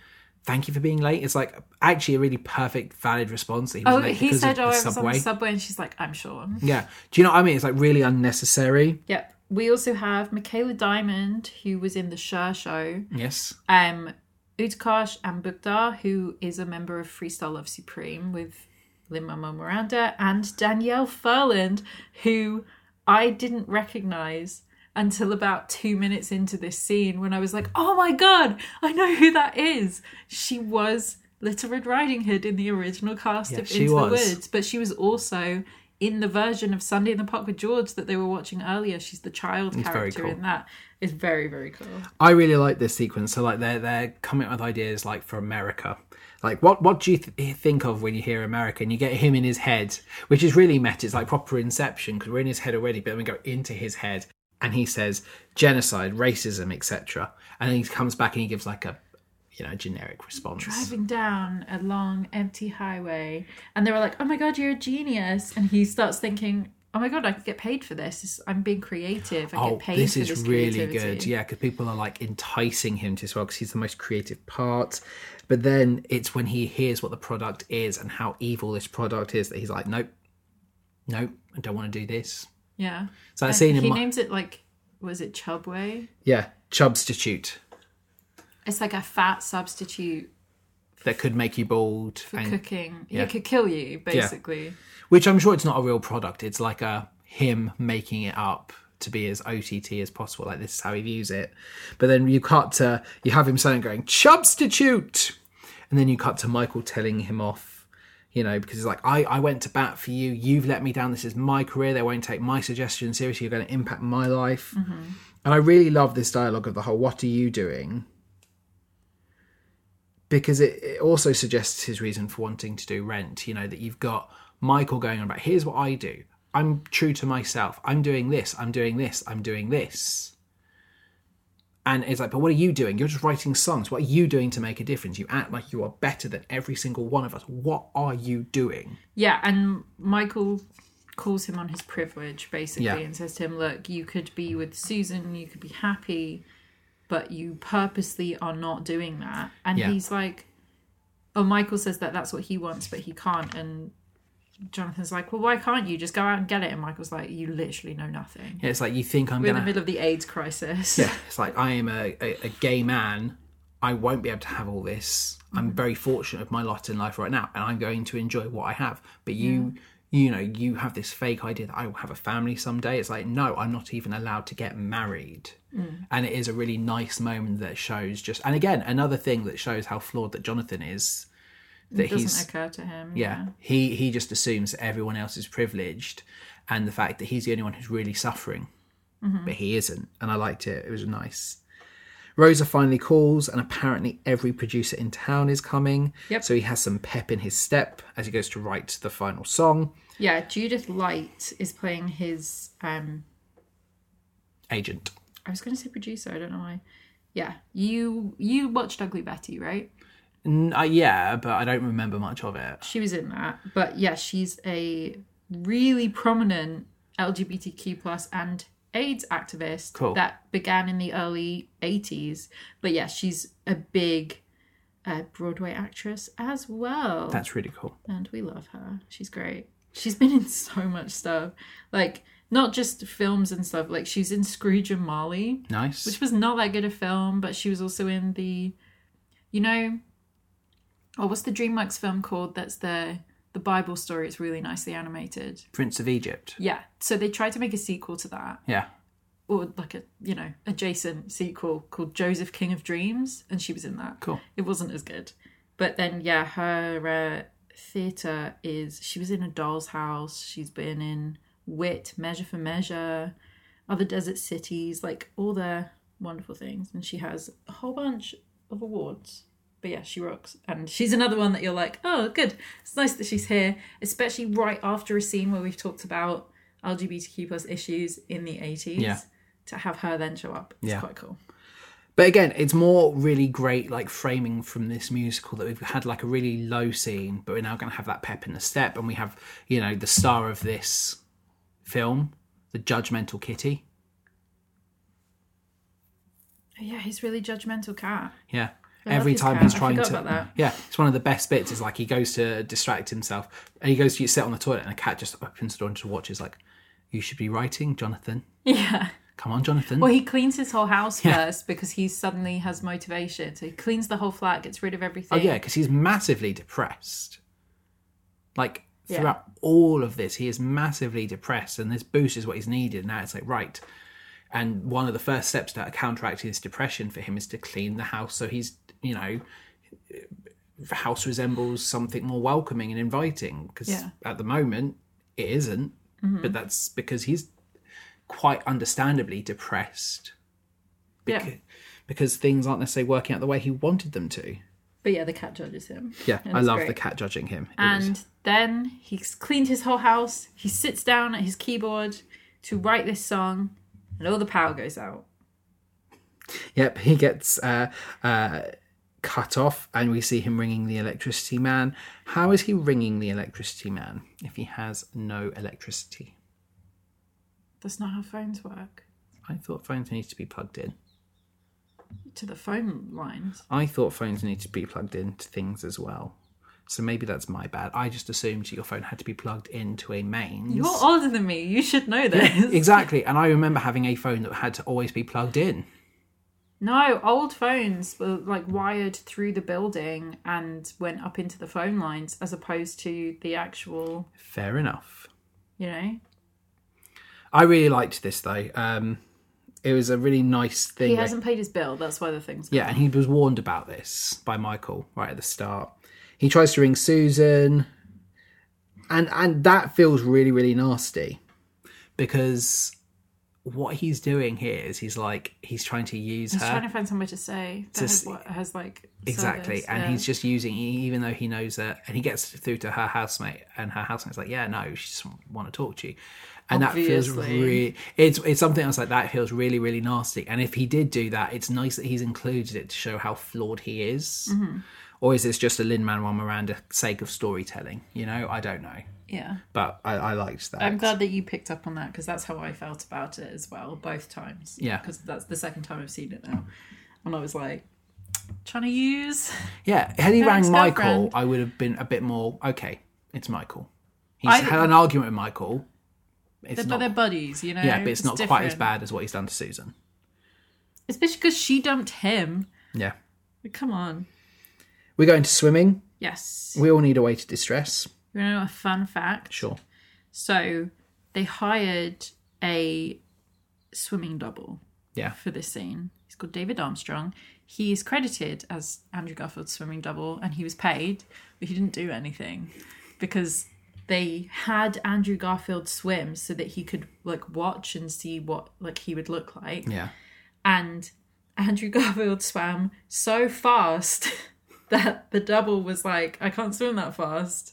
thank you for being late it's like actually a really perfect valid response that he was Oh, late he because said, of "Oh, I the was on subway the subway," and she's like, "I'm Sean." yeah do you know what i mean it's like really unnecessary Yep. We also have Michaela Diamond, who was in the Sher Show. yes Um, Utkarsh Ambugdar, who is a member of Freestyle Love Supreme with Lin Manuel Miranda, and Danielle Furland, who I didn't recognize until about two minutes into this scene when I was like, oh my god, I know who that is. She was Little Red Riding Hood in the original cast of she Into was. the Woods, but she was also in the version of Sunday in the Park with George that they were watching earlier. She's the child very character cool. in that. It's very, very cool. I really like this sequence. So like they're they're coming up with ideas like for America. Like what what do you th- think of when you hear America? And you get him in his head, which is really meta. It's like proper Inception because we're in his head already, but then we go into his head, and he says genocide, racism, etc. And then he comes back and he gives like a you know generic response. driving down a long empty highway and they were like oh my god you're a genius and he starts thinking oh my god i could get paid for this This- i'm being creative i Oh, get paid this for is this really creativity." good. Yeah, because people are like enticing him to as well because he's the most creative part. But then it's when he hears what the product is and how evil this product is that he's like, nope, nope, I don't want to do this. yeah So that And scene in he my, names it like was it chubway yeah, chubstitute it's like a fat substitute that could make you bald, for and, cooking yeah. it could kill you basically which I'm sure it's not a real product. It's like a him making it up to be as OTT as possible. Like this is how he views it. But then you cut to you have him saying going chubstitute, and then you cut to Michael telling him off. You know, because he's like, I, I went to bat for you. You've let me down. This is my career. They won't take my suggestions seriously. You're going to impact my life. And I really love this dialogue of the whole, what are you doing? because it, it also suggests his reason for wanting to do rent you know that you've got michael going on about here's what i do i'm true to myself i'm doing this i'm doing this i'm doing this and it's like but what are you doing you're just writing songs what are you doing to make a difference you act like you are better than every single one of us what are you doing Yeah, and Michael calls him on his privilege basically Yeah. and says to him, Look, you could be with Susan, you could be happy, but you purposely are not doing that. And Yeah. he's like, Oh, Michael says that that's what he wants, but he can't. And Jonathan's like, Well, why can't you just go out and get it? And Michael's like, You literally know nothing. Yeah, it's like you think i'm We're in the gonna middle of the AIDS crisis. Yeah, it's like I am a, a, a gay man. I won't be able to have all this. Mm-hmm. I'm very fortunate with my lot in life right now, and I'm going to enjoy what I have. But you, you know, you have this fake idea that I will have a family someday. It's like, no, I'm not even allowed to get married. Mm. And it is a really nice moment that shows just, and again, another thing that shows how flawed that Jonathan is. That It doesn't he's occur to him. yeah. He he just assumes that everyone else is privileged and the fact that he's the only one who's really suffering. Mm-hmm. But he isn't. And I liked it. It was nice. Rosa finally calls and apparently every producer in town is coming. Yep. So he has some pep in his step as he goes to write the final song. Yeah, Judith Light is playing his um Agent. I was going to say producer. I don't know why. Yeah, you you watched Ugly Betty, right? N- uh, yeah, but I don't remember much of it. She was in that, but yeah, she's a really prominent LGBTQ plus and AIDS activist Cool. that began in the early '80s. But yeah, she's a big uh, Broadway actress as well, That's really cool. and we love her. She's great. She's been in so much stuff, like not just films and stuff. Like she's in Scrooge and Marley. Nice. which was not that good a film, but she was also in the, you know, oh, what's the DreamWorks film called? That's the the Bible story. It's really nicely animated. Prince of Egypt. Yeah. So they tried to make a sequel to that, Yeah. or like a you know adjacent sequel called Joseph King of Dreams, and she was in that. Cool. It wasn't as good, but then yeah, her uh, theater is she was in A Doll's House. She's been in Wit, Measure for Measure, Other Desert Cities, like all the wonderful things, and she has a whole bunch of awards. But yeah, she rocks. And she's another one that you're like, oh, good. It's nice that she's here, especially right after a scene where we've talked about LGBTQ plus issues in the 80s. Yeah. To have her then show up is Yeah. quite cool. But again, it's more really great like framing from this musical that we've had like a really low scene, but we're now going to have that pep in the step, and we have you know the star of this film, the judgmental kitty. Oh, yeah, he's really judgmental cat. Yeah. love Every his time cat. he's I trying forgot to, about that. yeah, it's one of the best bits. Is like he goes to distract himself, and he goes to sit on the toilet, and a cat just opens the door and just watches. Like, you should be writing, Jonathan. Yeah. Come on, Jonathan. Well, he cleans his whole house first because he suddenly has motivation. So he cleans the whole flat, gets rid of Oh everything. yeah, because he's massively depressed. Like Yeah. throughout all of this, he is massively depressed, and this boost is what he's needed. Now it's like right, and one of the first steps to counteract his depression for him is to clean the house. So he's you know, the house resembles something more welcoming and inviting. Because Yeah. Mm-hmm. at the moment it isn't, but that's because he's quite understandably depressed. Yeah. Beca- Because things aren't necessarily working out the way he wanted them to. But yeah, the cat judges him. Yeah, And I it's love great. the cat judging him. It was- And then he's cleaned his whole house. He sits down at his keyboard to write this song, and all the power goes out. yep, he gets uh, uh, cut off, and we see him ringing the electricity man. How is he ringing the electricity man if he has no electricity? That's not how phones work. I thought phones need to be plugged in. To the phone lines. I thought phones need to be plugged into things as well. So maybe that's my bad. I just assumed your phone had to be plugged into a mains. You're older than me. You should know this. exactly, and I remember having a phone that had to always be plugged in. No, old phones were like wired through the building and went up into the phone lines as opposed to the actual, Fair enough. you know. I really liked this though. Um, it was a really nice thing. He where- hasn't paid his bill. That's why the thing's Yeah, and he was warned about this by Michael right at the start. He tries to ring Susan, and and that feels really really nasty because what he's doing here is he's like he's trying to use He's her trying to find somewhere to say that has, Uh, s- what, has like exactly, service, and yeah. he's just using e, even though he knows that, and he gets through to her housemate, and her housemate's like, yeah, no, she just want to talk to you. And that feels Obviously. really, it's, it's something else like that feels really, really nasty. And if he did do that, it's nice that he's included it to show how flawed he is. Mm-hmm. Or is this just a Lin Manuel Miranda sake of storytelling? You know, I don't know. yeah. But I, I liked that. I'm glad that you picked up on that because that's how I felt about it as well, both times. Yeah. Because that's the second time I've seen it now. And I was like, trying to use. Yeah, had he rang Michael, ex-girlfriend. I would have been a bit more okay. It's Michael. He's I- had an argument with Michael. It's They're, but not, they're buddies, you know? yeah, but it's, not quite as different. bad as what he's done to Susan. Especially because she dumped him. Yeah, Like, come on. we're going to swimming. Yes. We all need a way to distress. You want to know a fun fact? Sure. So they hired a swimming double Yeah, for this scene. He's called David Armstrong. He is credited as Andrew Garfield's swimming double, and he was paid, but he didn't do anything because they had Andrew Garfield swim so that he could like watch and see what like he would look like. yeah. And Andrew Garfield swam so fast that the double was like, I can't swim that fast.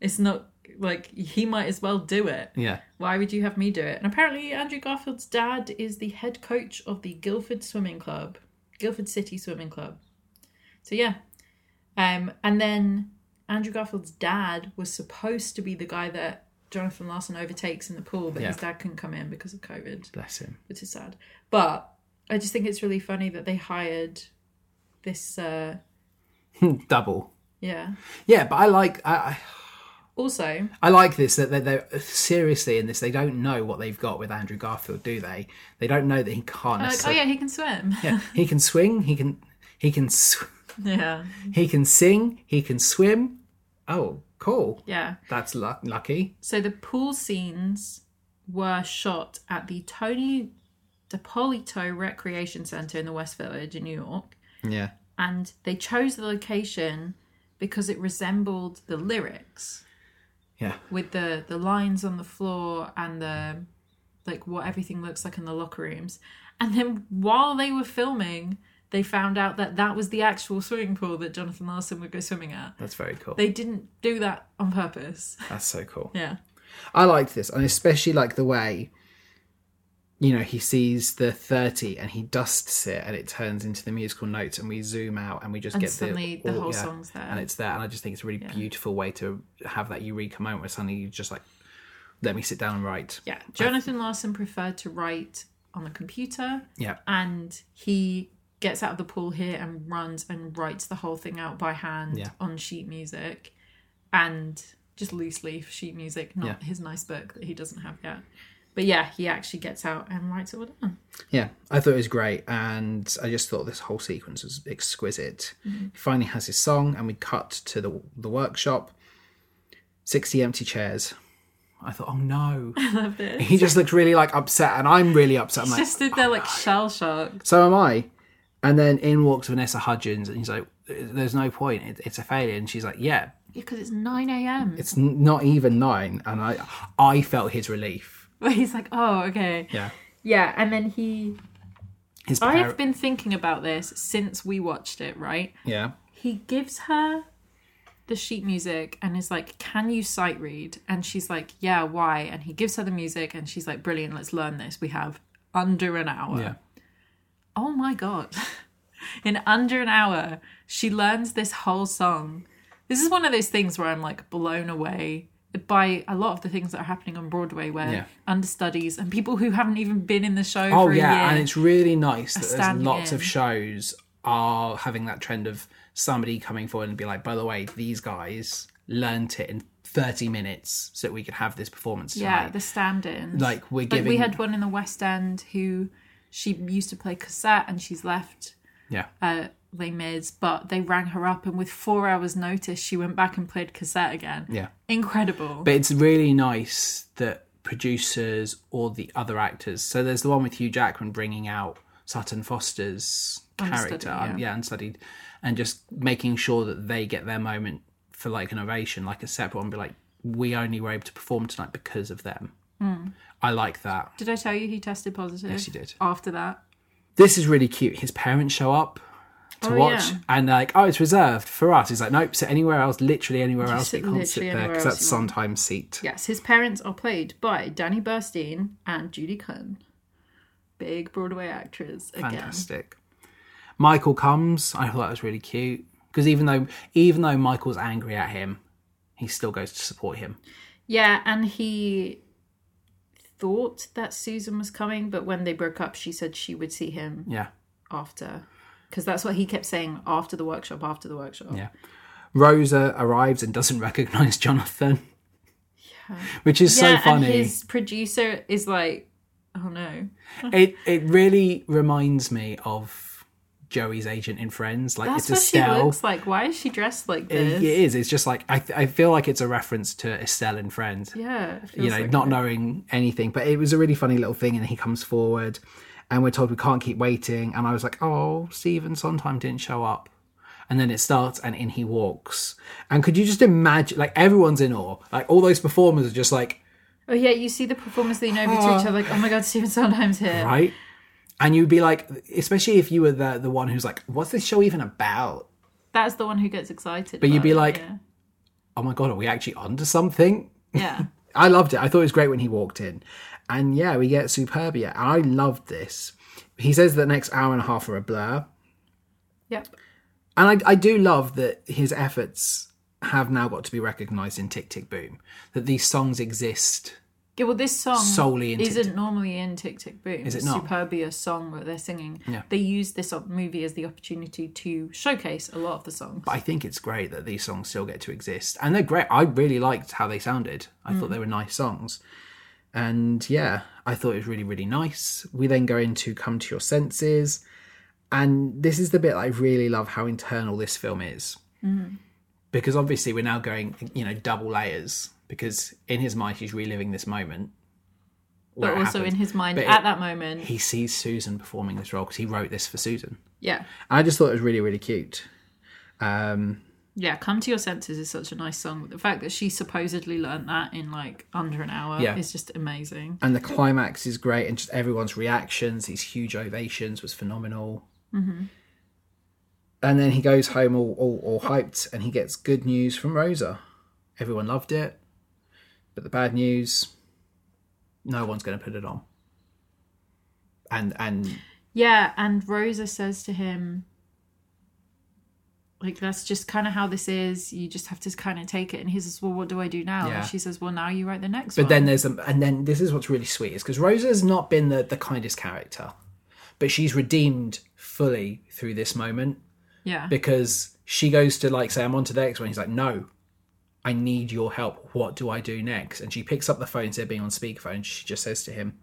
It's not like he might as well do it. Yeah. Why would you have me do it? And apparently, Andrew Garfield's dad is the head coach of the Guildford Swimming Club, Guildford City Swimming Club. So yeah, um, and then Andrew Garfield's dad was supposed to be the guy that Jonathan Larson overtakes in the pool, but his Yeah. dad couldn't come in because of COVID, Bless him. which is sad. But I just think it's really funny that they hired this. Uh, Double. yeah. Yeah, but I like I I, Also, I like this that they they're seriously in this. They don't know what they've got with Andrew Garfield, do they? They don't know that he can't. like, oh necessarily- yeah, he can swim. yeah. He can swing. He can. He can. Sw- yeah. He can sing, he can swim. Oh, cool. Yeah. That's lu- lucky. So the pool scenes were shot at the Tony DePolito Recreation Center in the West Village in New York, Yeah. and they chose the location because it resembled the lyrics Yeah. with the the lines on the floor and the like what everything looks like in the locker rooms. And then while they were filming, they found out that that was the actual swimming pool that Jonathan Larson would go swimming at. That's very cool. They didn't do that on purpose. That's so cool. Yeah. I liked this, and especially like the way, you know, he sees the thirty and he dusts it, and it turns into the musical notes, and we zoom out, and we just And get suddenly the, the all- whole yeah, song's there. and it's there, and I just think it's a really beautiful way to have that eureka moment where suddenly you just like, let me sit down and write. Yeah. Jonathan Larson preferred to write on the computer Yeah, and he gets out of the pool here and runs and writes the whole thing out by hand Yeah. on sheet music and just loose leaf sheet music, not Yeah. his nice book that he doesn't have yet. But yeah, he actually gets out and writes it all down. yeah. I thought it was great, and I just thought this whole sequence was exquisite. Mm-hmm. He finally has his song, and we cut to the the workshop. Sixty empty chairs. I thought, oh no. I love it. He just looked really like upset, and I'm really upset. I'm like, Just stood there like shell shocked. so am I. And then in walks Vanessa Hudgens, and he's like, "There's no point. It, it's a failure." And she's like, "Yeah, Because it's 9 a.m. it's n- not even nine. And I, I felt his relief. Where he's like, oh, okay. Yeah, Yeah, and then he. his I par- have been thinking about this since we watched it, right? yeah, he gives her the sheet music and is like, Can you sight read? And she's like, Yeah, why? And he gives her the music and she's like, Brilliant, let's learn this. We have under an hour. yeah, Oh my God. In under an hour, she learns this whole song. This is one of those things where I'm like blown away by a lot of the things that are happening on Broadway where Yeah. understudies and people who haven't even been in the show oh for a year. yeah. And it's really nice that there's standing lots in. of shows are having that trend of somebody coming forward and be like, "By the way, these guys learnt it in 30 minutes, so that we could have this performance Yeah, tonight." the stand-ins. Like, we're Like we giving- had one in the West End who she used to play cassette and she's left yeah. uh, Les Mis, but they rang her up and with four hours' notice she went back and played cassette again. Yeah. Incredible. But it's really nice that producers or the other actors. So there's the one with Hugh Jackman bringing out Sutton Foster's Understudy, character, um, yeah. yeah, unstudied, and just making sure that they get their moment for like an ovation, like a separate one, be like, we only were able to perform tonight because of them. Hmm. I like that. did I tell you he tested positive? Yes, you did. After that. This is really cute. His parents show up to Oh, watch, yeah. and they're like, oh, it's reserved for us. He's like, nope, sit anywhere else, literally anywhere else. sit You can't literally sit there anywhere because else that's you want." sometimes seat. Yes, his parents are played by Danny Burstein and Judy Kuhn. Big Broadway actress again. Fantastic. Michael comes. I thought that was really cute because even though even though Michael's angry at him, he still goes to support him. Yeah, and he thought that Susan was coming, but when they broke up, she said she would see him Yeah, after because that's what he kept saying after the workshop after the workshop yeah. Rosa arrives and doesn't recognize Jonathan, which is Yeah, so funny. and his producer is like oh no It it really reminds me of Joey's agent in Friends. Like that's it's Uh, what she Estelle. looks like why is she dressed like It- this it is. It's just like I I feel like it's a reference to Estelle in Friends. yeah it you feels know, like not it. knowing anything. But it was a really funny little thing, and he comes forward, and we're told we can't keep waiting. And I was like, oh, Stephen Sondheim didn't show up. And then it starts, and in he walks. And could you just imagine? Like everyone's in awe. Like all those performers are just like, oh yeah you see the performers lean over to each other like oh my god Stephen Sondheim's here right? And you'd be like, especially if you were the the one who's like, what's this show even about? that's the one who gets excited But you'd by be it, like- yeah, Oh my god, are we actually onto something? yeah. I loved it. I thought it was great when he walked in. And yeah, we get Superbia. I loved this. He says the next hour and a half are a blur. yep And I, I do love that his efforts have now got to be recognised in Tick Tick Boom. That these songs exist. yeah, well, this song Solely in Tick isn't normally in Tick Tick Boom. Is it not? Superbia song that they're singing. They use this op- movie as the opportunity to showcase a lot of the songs. But I think it's great that these songs still get to exist. And they're great. I really liked how they sounded. Mm. I thought they were nice songs. And yeah, I thought it was really, really nice. We then go into Come to Your Senses. And this is the bit I really love how internal this film is. Mm-hmm. Because obviously, we're now going, you know, double layers. Because in his mind, he's reliving this moment. where but it also happened. in his mind But it- at that moment. he sees Susan performing this role because he wrote this for Susan. yeah. And I just thought it was really, really cute. Um, Yeah, Come to Your Senses is such a nice song. The fact that she supposedly learned that in like under an hour Yeah. is just amazing. and the climax is great, and just everyone's reactions, these huge ovations, was phenomenal. And then he goes home all, all, all hyped and he gets good news from Rosa. Everyone loved it. But the bad news no one's going to put it on. And and Yeah, and Rosa says to him, like, that's just kind of how this is. You just have to kind of take it. And he says, well, what do I do now? Yeah. And she says, well, now you write the next But one. then there's a, and then this is what's really sweet is because Rosa's not been the, the kindest character, but she's redeemed fully through this moment yeah. because she goes to like say I'm on to the next one. He's like, no, I need your help. What do I do next? And she picks up the phone instead of being on speakerphone. She just says to him,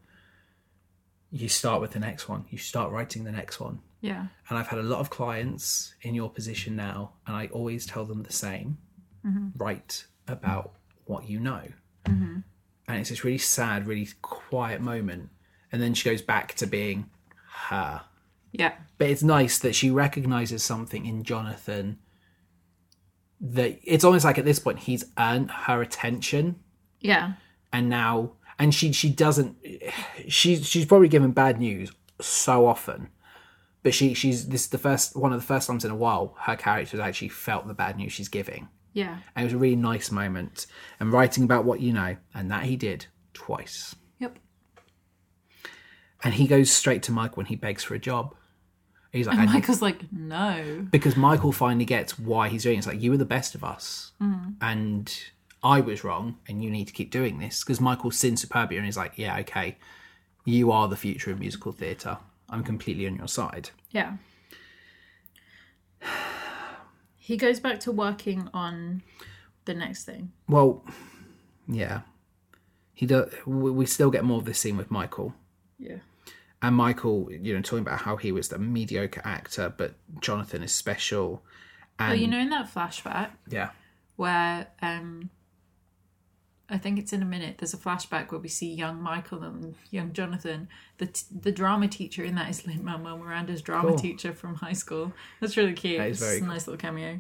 "You start with the next one. You start writing the next one." yeah. and I've had a lot of clients in your position now, and I always tell them the same write about what you know. And it's this really sad, really quiet moment. And then she goes back to being her. Yeah. But it's nice that she recognizes something in Jonathan that it's almost like at this point he's earned her attention Yeah. and now and she she doesn't she's she's probably given bad news so often but she she's this is the first one of the first times in a while her character has actually felt the bad news she's giving Yeah. and it was a really nice moment and writing about what you know and that he did twice Yep. and he goes straight to mike when he begs for a job he's like and Michael's like, no. because michael finally gets why he's doing it. it's like you were the best of us and i was wrong and you need to keep doing this because michael's seen superbia and he's like yeah okay you are the future of musical theatre i'm completely on your side Yeah. He goes back to working on the next thing. well yeah he does we we still get more of this scene with michael Yeah. and Michael, you know, talking about how he was the mediocre actor, but Jonathan is special. Well, you know, in that flashback Yeah, where um, I think it's in a minute, there's a flashback where we see young Michael and young Jonathan. The t- the drama teacher in that is Lin Manuel Miranda's drama Cool. teacher from high school. That's really cute. That is It's very a cool. nice little cameo.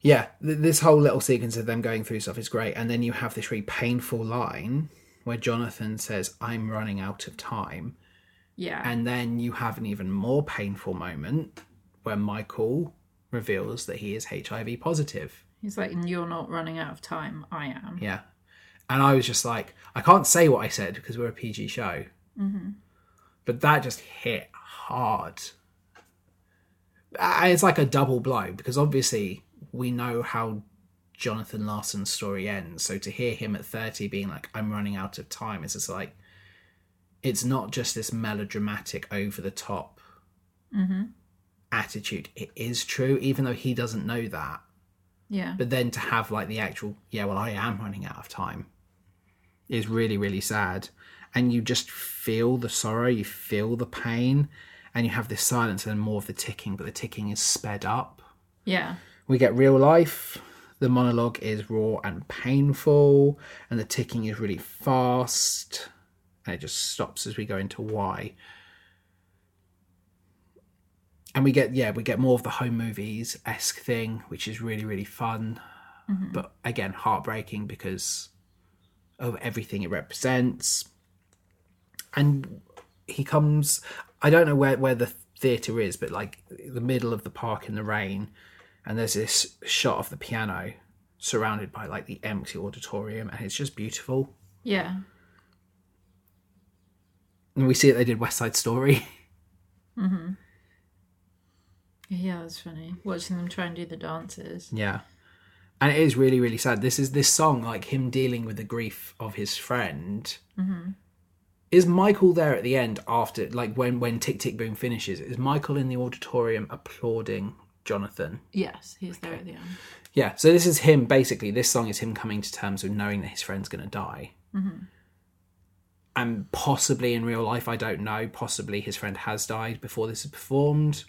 yeah. Th- this whole little sequence of them going through stuff is great, and then you have this really painful line where Jonathan says, "I'm running out of time," Yeah. and then you have an even more painful moment where Michael reveals that he is HIV positive. He's like, and you're not running out of time. I am. Yeah. And I was just like, I can't say what I said because we're a PG show. But that just hit hard. Uh, It's like a double blow because obviously we know how Jonathan Larson's story ends. So to hear him at 30 being like, I'm running out of time, it's just like, it's not just this melodramatic, over the top attitude. It is true, even though he doesn't know that Yeah. but then to have like the actual yeah well i am running out of time is really really sad and you just feel the sorrow you feel the pain and you have this silence and more of the ticking but the ticking is sped up yeah. we get real life the monologue is raw and painful and the ticking is really fast and it just stops as we go into why and we get yeah we get more of the home movies esque thing which is really really fun but again heartbreaking because of everything it represents and he comes i don't know where, where the theater is but like the middle of the park in the rain and there's this shot of the piano surrounded by like the empty auditorium and it's just beautiful Yeah. and we see that they did west side story Yeah, that's funny. Watching them try and do the dances. yeah and it is really really sad this is this song like him dealing with the grief of his friend is michael there at the end after like when when tick tick boom finishes is michael in the auditorium applauding jonathan Yes, he's there at the end. Yeah, so this is him basically. This song is him coming to terms with knowing that his friend's going to die. And possibly in real life, I don't know. Possibly his friend has died before this is performed.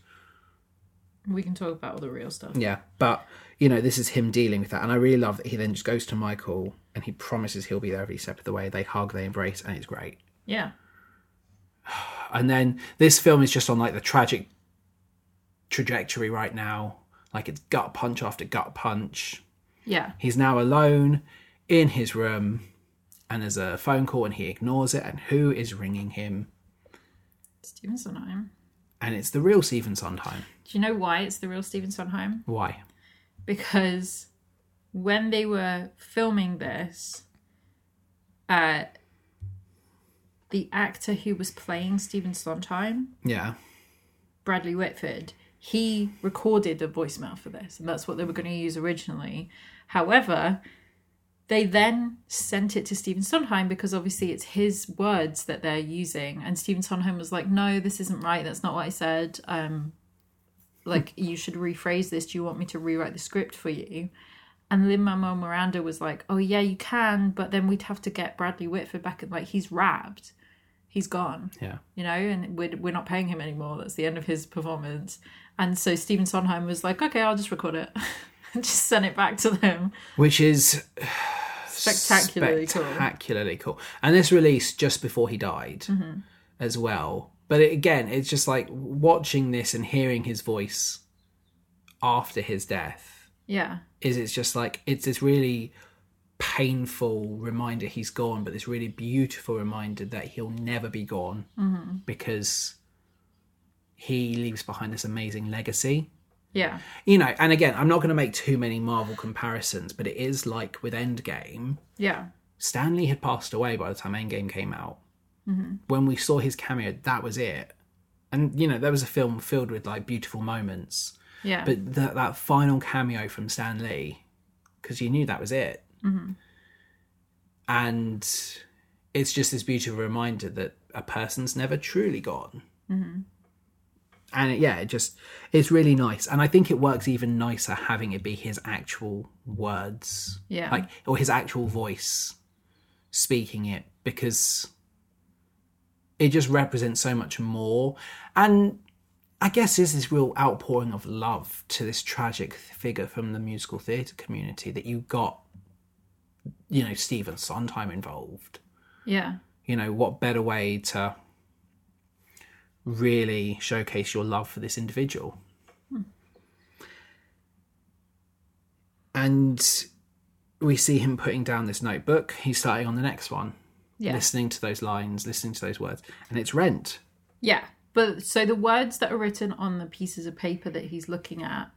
We can talk about all the real stuff. Yeah, but you know, this is him dealing with that. And I really love that he then just goes to Michael and he promises he'll be there every step of the way. They hug, they embrace, and it's great. Yeah. and then this film is just on like the tragic trajectory right now like it's gut punch after gut punch Yeah. he's now alone in his room and there's a phone call and he ignores it and who is ringing him Stevenson, I am. and it's the real Stephen Sondheim. Do you know why it's the real Stephen Sondheim? Why? Because when they were filming this, uh, the actor who was playing Stephen Sondheim, Yeah. Bradley Whitford, he recorded a voicemail for this, and that's what they were going to use originally. However, they then sent it to Stephen Sondheim because obviously it's his words that they're using, and Stephen Sondheim was like, "No, this isn't right. That's not what I said. Um, like, you should rephrase this. Do you want me to rewrite the script for you?" And Lin Manuel Miranda was like, "Oh yeah, you can, but then we'd have to get Bradley Whitford back. and Like, he's wrapped. He's gone." Yeah. you know, and we're, we're not paying him anymore. That's the end of his performance. And so Stephen Sondheim was like, okay, I'll just record it and just send it back to them. Which is Spectacularly cool. spectacularly cool. And this released just before he died Mm-hmm. as well. But it, again, it's just like watching this and hearing his voice after his death Yeah. is it's just like it's this really painful reminder he's gone, but this really beautiful reminder that he'll never be gone because he leaves behind this amazing legacy Yeah. you know, and again, I'm not going to make too many Marvel comparisons, but it is like with Endgame, Yeah. Stanley had passed away by the time Endgame came out. When we saw his cameo, that was it. And, you know, there was a film filled with like beautiful moments, Yeah. but that that final cameo from Stan Lee, because you knew that was it. And it's just this beautiful reminder that a person's never truly gone. And it, yeah, it just it's really nice, and I think it works even nicer having it be his actual words, Yeah. like or his actual voice speaking it because it just represents so much more. And I guess is this real outpouring of love to this tragic figure from the musical theatre community that you got, you know, Stephen Sondheim involved. yeah. You know, what better way to really showcase your love for this individual? And we see him putting down this notebook. He's starting on the next one, Yeah. listening to those lines, listening to those words. And it's rent. Yeah. But so the words that are written on the pieces of paper that he's looking at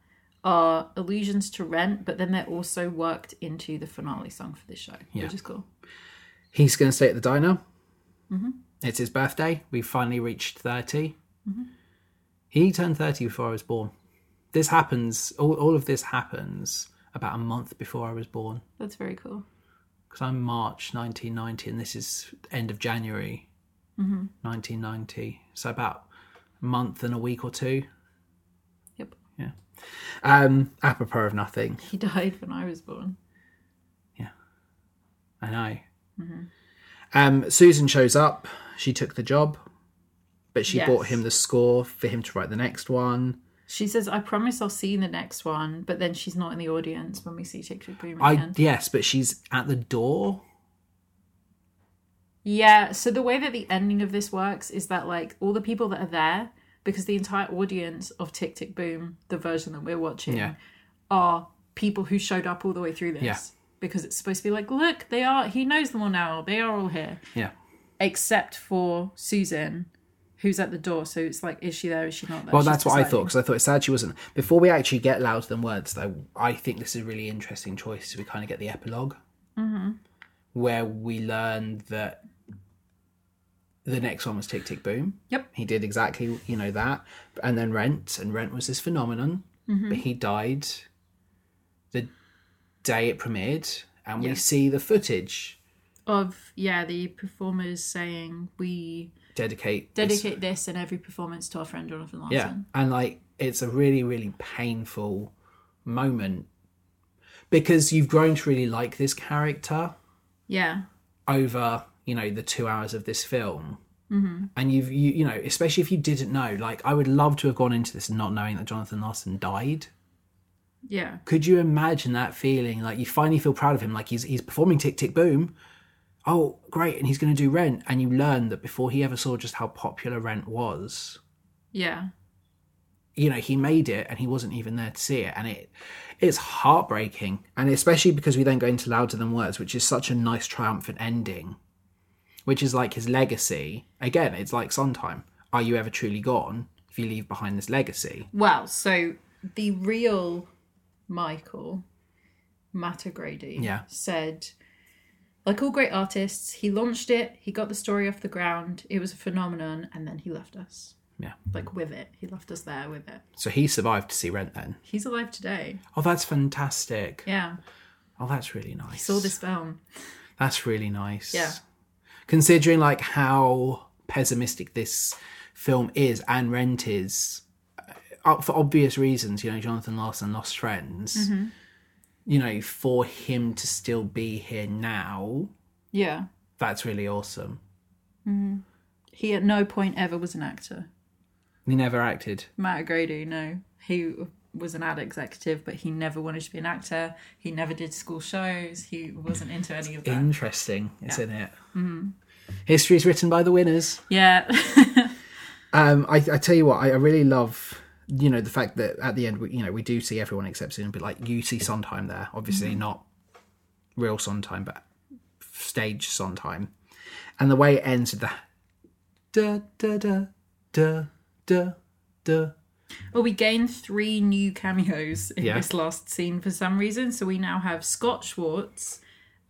are allusions to rent, but then they're also worked into the finale song for this show, which is cool. he's going to stay at the diner. It's his birthday. We finally reached 30. He turned 30 before I was born. This happens, all, all of this happens about a month before I was born That's very cool. because I'm March 1990 and this is end of January 1990. So about a month and a week or two. Yep. Um, apropos of nothing. He died when I was born. I know. Um, Susan shows up. She took the job, but she Yes. bought him the score for him to write the next one. She says, I promise I'll see you in the next one, but then she's not in the audience when we see Tick-Tick Boom I again. yes, but she's at the door. Yeah, so the way that the ending of this works is that like all the people that are there, because the entire audience of Tick Tick Boom, the version that we're watching, Yeah. are people who showed up all the way through this. Yeah. Because it's supposed to be like, look, they are he knows them all now, they are all here. Yeah. Except for Susan, who's at the door. So it's like, is she there, is she not there? Well, She's that's what I deciding. thought because I thought it's sad she wasn't. Before we actually get louder than words, though, I think this is a really interesting choice. We kind of get the epilog Mm-hmm. where we learn that the next one was Tick Tick Boom. Yep. He did exactly you know that, and then Rent, and Rent was this phenomenon, Mm-hmm. but he died the day it premiered, and we see the footage Of yeah, the performers saying we dedicate this dedicate this and every performance to our friend Jonathan Larson. Yeah. And like it's a really, really painful moment because you've grown to really like this character Yeah. over, you know, the two hours of this film. Mm-hmm. And you've, you, you know, especially if you didn't know, like I would love to have gone into this not knowing that Jonathan Larson died. Yeah. Could you imagine that feeling? Like you finally feel proud of him. Like he's he's performing Tick Tick Boom. Oh, great! And he's going to do Rent. And you learn that before he ever saw just how popular Rent was, Yeah. you know he made it and he wasn't even there to see it and it it's heartbreaking and especially because we then go into louder than words which is such a nice triumphant ending which is like his legacy again it's like Sondheim are you ever truly gone if you leave behind this legacy? Well, so the real Michael, Matt O'Grady, Yeah. said, like all great artists, he launched it, he got the story off the ground, it was a phenomenon, and then he left us. Yeah. Like with it. He left us there with it. So he survived to see Rent then. He's alive today. Oh, that's fantastic. Yeah. Oh, that's really nice. Saw this film. That's really nice. Yeah. Considering like how pessimistic this film is and Rent is, uh, for obvious reasons, you know, Jonathan Larson lost friends. You know, for him to still be here now, Yeah. that's really awesome. He at no point ever was an actor. He never acted. Matt O'Grady, no. He was an ad executive, but he never wanted to be an actor. He never did school shows. He wasn't into any of that. Interesting, isn't it? History is written by the winners. yeah. Um, I, I tell you what, I, I really love you know the fact that at the end we you know we do see everyone except Susan, but like you see Sondheim there, obviously Mm-hmm. not real Sondheim, but stage Sondheim, and the way it ends with the da da da da da da. well, we gained three new cameos in Yeah. this last scene for some reason. So we now have Scott Schwartz,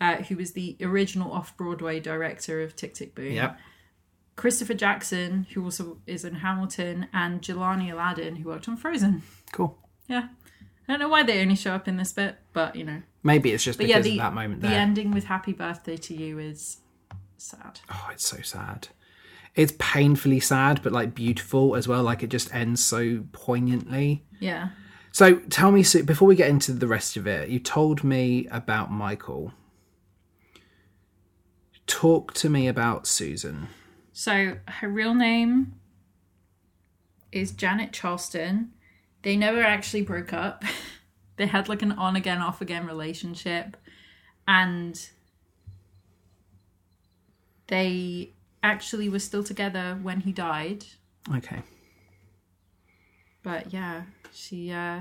uh, who was the original off Broadway director of Tick Tick Boom. Yep. Christopher Jackson, who also is in Hamilton, and Jelani Aladdin, who worked on Frozen. Cool. Yeah. I don't know why they only show up in this bit, but you know. Maybe it's just But because yeah, the, of that moment the there. ending with happy birthday to you is sad. Oh, it's so sad. It's painfully sad, but like beautiful as well. Like it just ends so poignantly. Yeah. So tell me, Sue, before we get into the rest of it, you told me about Michael. Talk to me about Susan. So her real name is Janet Charleston. They never actually broke up. they had like an on again, off again relationship. And they actually were still together when he died. Okay. But yeah, she uh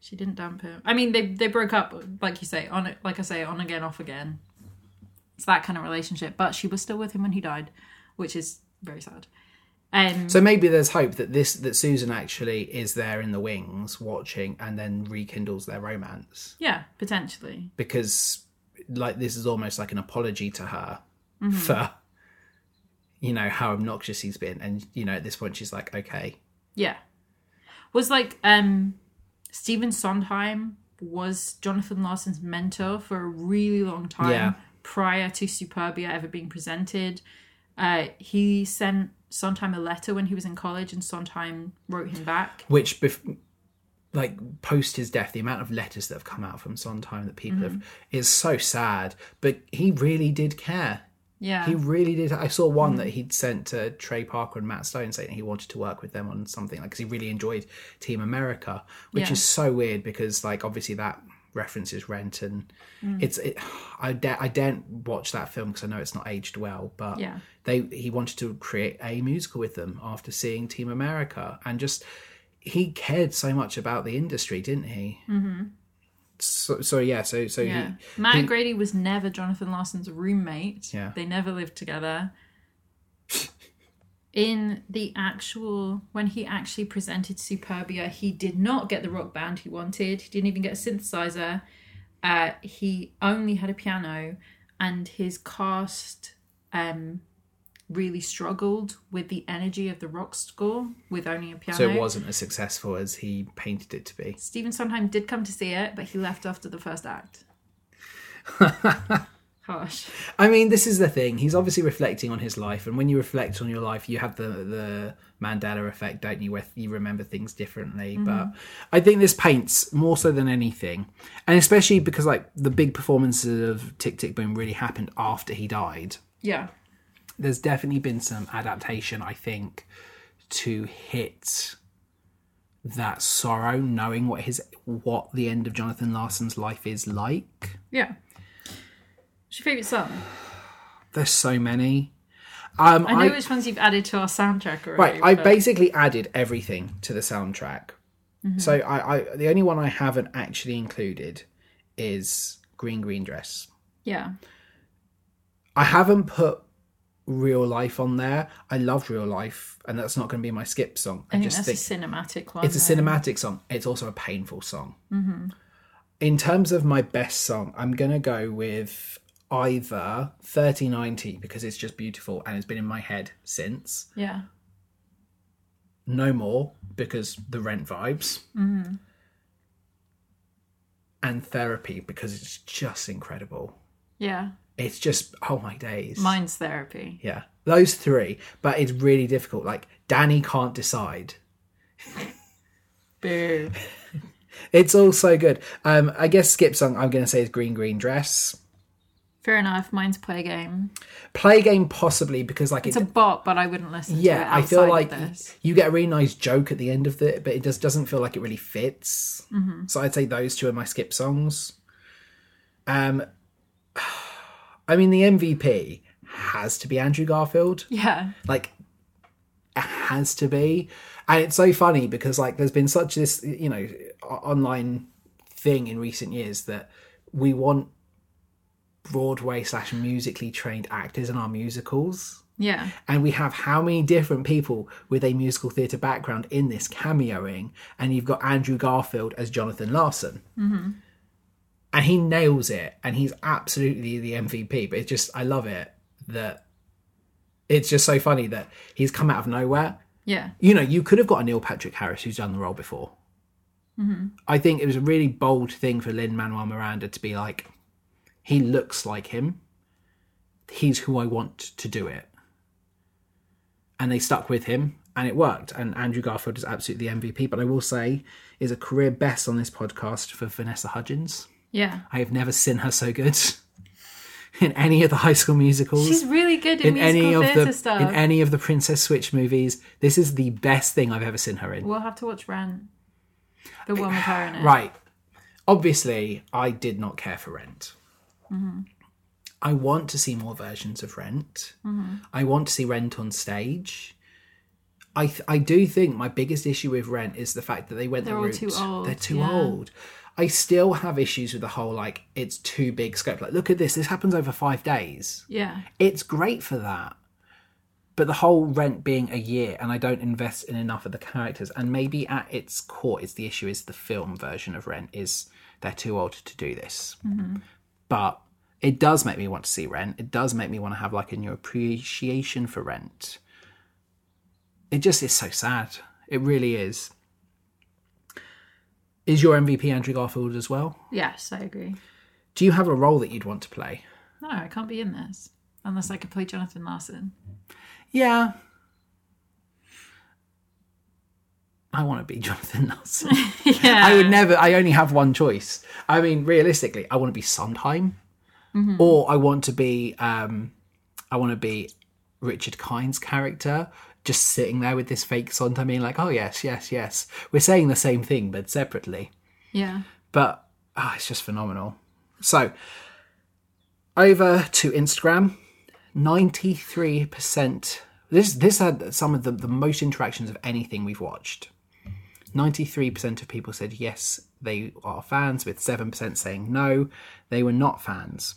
she didn't dump him. I mean, they they broke up like you say on like I say on again off again. It's that kind of relationship, but she was still with him when he died, which is very sad. Um So maybe there's hope that this that Susan actually is there in the wings watching and then rekindles their romance yeah, potentially. because like this is almost like an apology to her for you know how obnoxious he's been and you know at this point she's like okay Yeah. Was like um Stephen Sondheim was Jonathan Larson's mentor for a really long time Yeah. prior to Superbia ever being presented. Uh he sent Sondheim a letter when he was in college and Sondheim wrote him back. which bef- like post his death the amount of letters that have come out from Sondheim that people have is so sad but he really did care Yeah. Mm. he really did I saw one that he'd sent to Trey Parker and Matt Stone saying he wanted to work with them on something like cuz he really enjoyed Team America which Yeah. is so weird because like obviously that references rent and Mm. it's it, I da- I don't watch that film cuz I know it's not aged well but Yeah. they he wanted to create a musical with them after seeing Team America and just he cared so much about the industry, didn't he? Mm-hmm. So, so yeah, so so yeah. he Matt Grady was never Jonathan Larson's roommate. Yeah. They never lived together. In the actual, when he actually presented Superbia, he did not get the rock band he wanted. He didn't even get a synthesizer. Uh, he only had a piano, and his cast um, really struggled with the energy of the rock score with only a piano. so it wasn't as successful as he painted it to be. Stephen Sondheim did come to see it, but he left after the first act. Harsh. I mean, this is the thing. He's obviously reflecting on his life, and when you reflect on your life, you have the the Mandela effect, don't you? Where you remember things differently. Mm-hmm. But I think this paints more so than anything, and especially because like the big performances of Tick Tick Boom really happened after he died. Yeah. there's definitely been some adaptation, I think, to hit that sorrow, knowing what his what the end of Jonathan Larson's life is like. Yeah. What's your favourite song? There's so many. Um, I know I, which ones you've added to our soundtrack already. right, I but- basically added everything to the soundtrack. So I, I the only one I haven't actually included is Green Green Dress. Yeah. I haven't put Real Life on there. I loved Real Life, and that's not going to be my skip song. I I, think just that's think a cinematic one. it's a Mm-hmm. cinematic song. It's also a painful song. In terms of my best song, I'm gonna go with either 3090 because it's just beautiful and it's been in my head since. yeah. No more because the rent vibes. And therapy because it's just incredible. Yeah. It's just oh my days. Mine's therapy. Yeah, those three, but it's really difficult. Like Danny can't decide. Boo. It's all so good. Um, I guess skip song I'm gonna say is Green Green Dress. Fair enough. Mine's play game. Play game possibly because like It's a it's bot, but I wouldn't listen to it yeah. I outside feel like of y- this. you get a really nice joke at the end of it, but it just doesn't feel like it really fits. Mm-hmm. So I'd say those two are my skip songs. Um, I mean the MVP has to be Andrew Garfield. Yeah. like it has to be and it's so funny because like there's been such this you know o- online thing in recent years that we want broadway slash musically trained actors in our musicals Yeah. and we have how many different people with a musical theatre background in this cameoing and you've got andrew garfield as jonathan larson and he nails it and he's absolutely the mvp but it's just i love it that it's just so funny that he's come out of nowhere Yeah. you know you could have got a neil patrick harris who's done the role before i think it was a really bold thing for lynn manuel miranda to be like he looks like him he's who i want to do it and they stuck with him and it worked and andrew garfield is absolutely the mvp but i will say is a career best on this podcast for vanessa hudgens Yeah. i have never seen her so good in any of the high school musicals She's really good in, in musical any of theatre the stuff. in any of the Princess Switch movies. This is the best thing I've ever seen her in. we'll have to watch Rent. The one with her in it. Right. Obviously, I did not care for Rent. Mm-hmm. I want to see more versions of Rent. Mm-hmm. I want to see Rent on stage. I th- I do think my biggest issue with Rent is the fact that they went They're the all route. too old, They're too yeah. old. I still have issues with the whole like it's too big scope. Like, look at this. This happens over five days. Yeah. it's great for that. But the whole rent being a year, and I don't invest in enough of the characters, and maybe at its core, it's the issue is the film version of Rent is they're too old to do this. But it does make me want to see Rent. It does make me want to have like a new appreciation for Rent. It just is so sad. It really is. Is your MVP Andrew Garfield as well? Yes, I agree. Do you have a role that you'd want to play? No, I can't be in this unless I could play Jonathan Larson. Yeah. I want to be Jonathan Nelson. yeah. I would never, I only have one choice. I mean, realistically, I want to be Sondheim or I want to be, um, I want to be Richard Kind's character just sitting there with this fake Sondheim being like, oh, yes, yes, yes. We're saying the same thing, but separately Yeah. but ah, it's just phenomenal. So over to Instagram, ninety three percent. This this had some of the, the most interactions of anything we've watched. Ninety three percent of people said yes, they are fans, with seven percent saying no, they were not fans.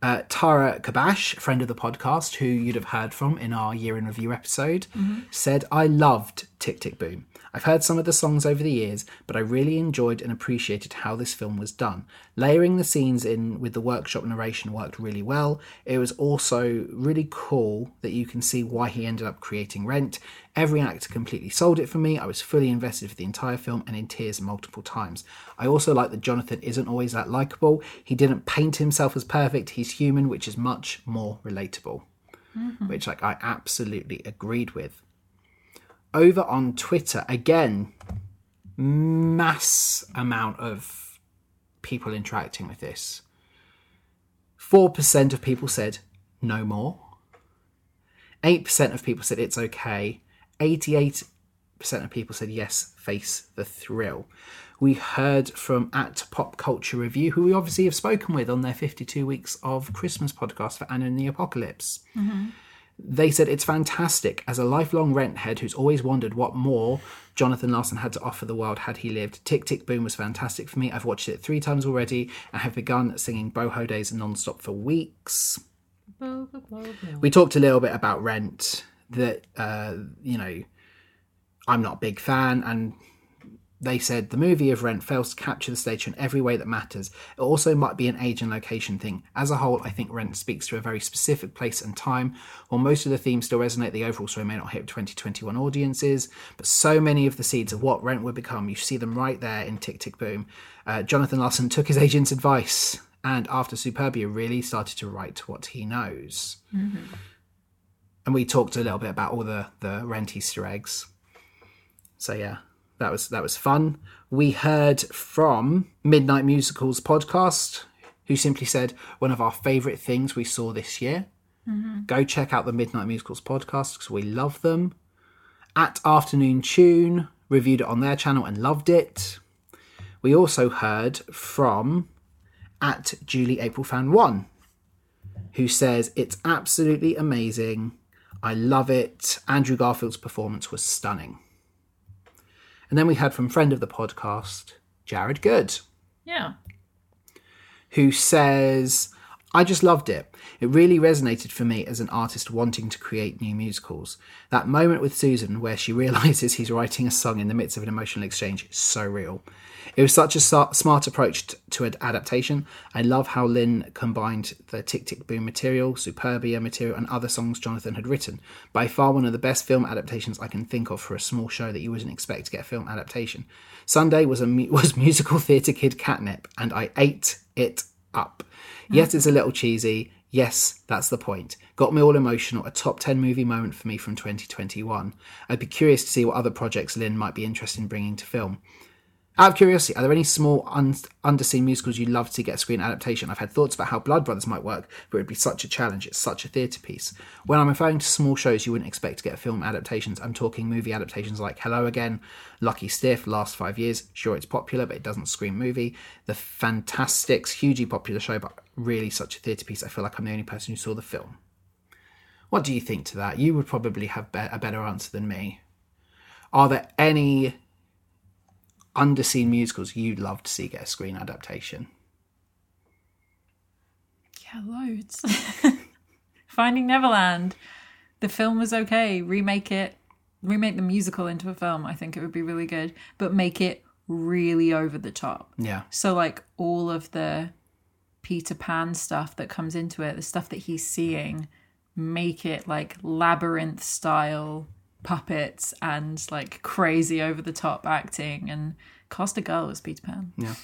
Uh, Tara Kabash, friend of the podcast, who you'd have heard from in our year in review episode, said, I loved Tick Tick Boom. I've heard some of the songs over the years, but I really enjoyed and appreciated how this film was done. Layering the scenes in with the workshop narration worked really well. It was also really cool that you can see why he ended up creating Rent. Every actor completely sold it for me. I was fully invested for the entire film and in tears multiple times. I also like that Jonathan isn't always that likable. He didn't paint himself as perfect. He's human, which is much more relatable. Which like I absolutely agreed with. Over on Twitter, again, mass amount of people interacting with this. 4% of people said no more. 8% of people said it's okay. 88% of people said yes, face the thrill. We heard from at Pop Culture Review, who we obviously have spoken with on their 52 weeks of Christmas podcast for Anna and the Apocalypse. They said it's fantastic. As a lifelong rent head who's always wondered what more Jonathan Larson had to offer the world had he lived, Tick Tick Boom was fantastic for me. I've watched it three times already and have begun singing Boho Days nonstop for weeks. we talked a little bit about Rent. That uh, you know, I'm not a big fan, and they said the movie of Rent fails to capture the stage in every way that matters. It also might be an age and location thing. As a whole, I think Rent speaks to a very specific place and time. While most of the themes still resonate, the overall story may not hit 2021 audiences, but so many of the seeds of what Rent would become, you see them right there in Tick Tick Boom. Uh, Jonathan Larson took his agent's advice and after Superbia really started to write what he knows. And we talked a little bit about all the, the Rent Easter eggs. So yeah, that was that was fun. We heard from Midnight Musicals podcast, who simply said one of our favourite things we saw this year. Go check out the Midnight Musicals podcast because we love them. At Afternoon Tune reviewed it on their channel and loved it. We also heard from at Julie April Fan One, who says it's absolutely amazing. I love it. Andrew Garfield's performance was stunning. And then we heard from friend of the podcast, Jared Good, Yeah. who says, I just loved it. It really resonated for me as an artist wanting to create new musicals. That moment with Susan where she realizes he's writing a song in the midst of an emotional exchange is so real. It was such a sa- smart approach t- to an adaptation. I love how Lynn combined the Tick Tick Boom material, Superbia material, and other songs Jonathan had written. By far one of the best film adaptations I can think of for a small show that you wouldn't expect to get a film adaptation. Sunday was a mu- was musical theatre kid catnip, and I ate it up. Yes, it's a little cheesy. Yes, that's the point. Got me all emotional. A top 10 movie moment for me from 2021. I'd be curious to see what other projects Lynn might be interested in bringing to film. Out of curiosity, are there any small un- underseen musicals you'd love to get a screen adaptation? I've had thoughts about how Blood Brothers might work, but it'd be such a challenge. It's such a theatre piece. When I'm referring to small shows you wouldn't expect to get film adaptations, I'm talking movie adaptations like Hello Again, Lucky Stiff, Last Five Years. Sure, it's popular, but it doesn't scream movie. The Fantastics, hugely popular show, but really such a theatre piece. I feel like I'm the only person who saw the film. What do you think to that? You would probably have be- a better answer than me. Are there any underseen musicals you'd love to see get a screen adaptation. Yeah, loads. Finding Neverland. The film was okay. Remake it. Remake the musical into a film. I think it would be really good, but make it really over the top. Yeah. So like all of the Peter Pan stuff that comes into it, the stuff that he's seeing, make it like labyrinth style puppets and like crazy over the top acting and cast a girl as Peter Pan. Yeah.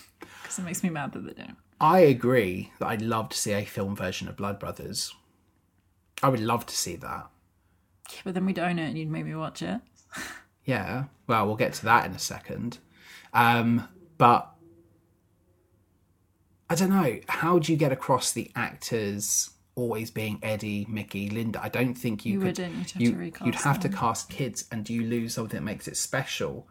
Because it makes me mad that they don't. I agree that I'd love to see a film version of Blood Brothers. I would love to see that. Yeah, but then we'd own it and you'd make me watch it. Yeah. Well, we'll get to that in a second. Um, but I don't know. How do you get across the actors always being Eddie, Mickey, Linda? I don't think you, You could. wouldn't. You'd have to recast You'd have to cast kids, and you lose something that makes it special.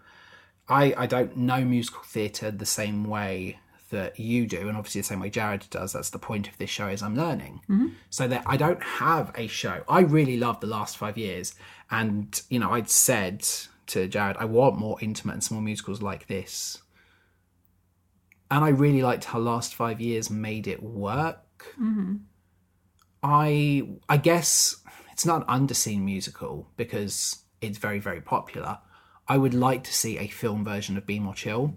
I I don't know musical theatre the same way that you do, and obviously the same way Jared does. That's the point of this show is I'm learning. Mm-hmm. So that I don't have a show. I really love the last five years, and you know I'd said to Jared I want more intimate and small musicals like this. And I really liked how last five years made it work. I I guess it's not an underseen musical because it's very very popular. I would like to see a film version of Be More Chill.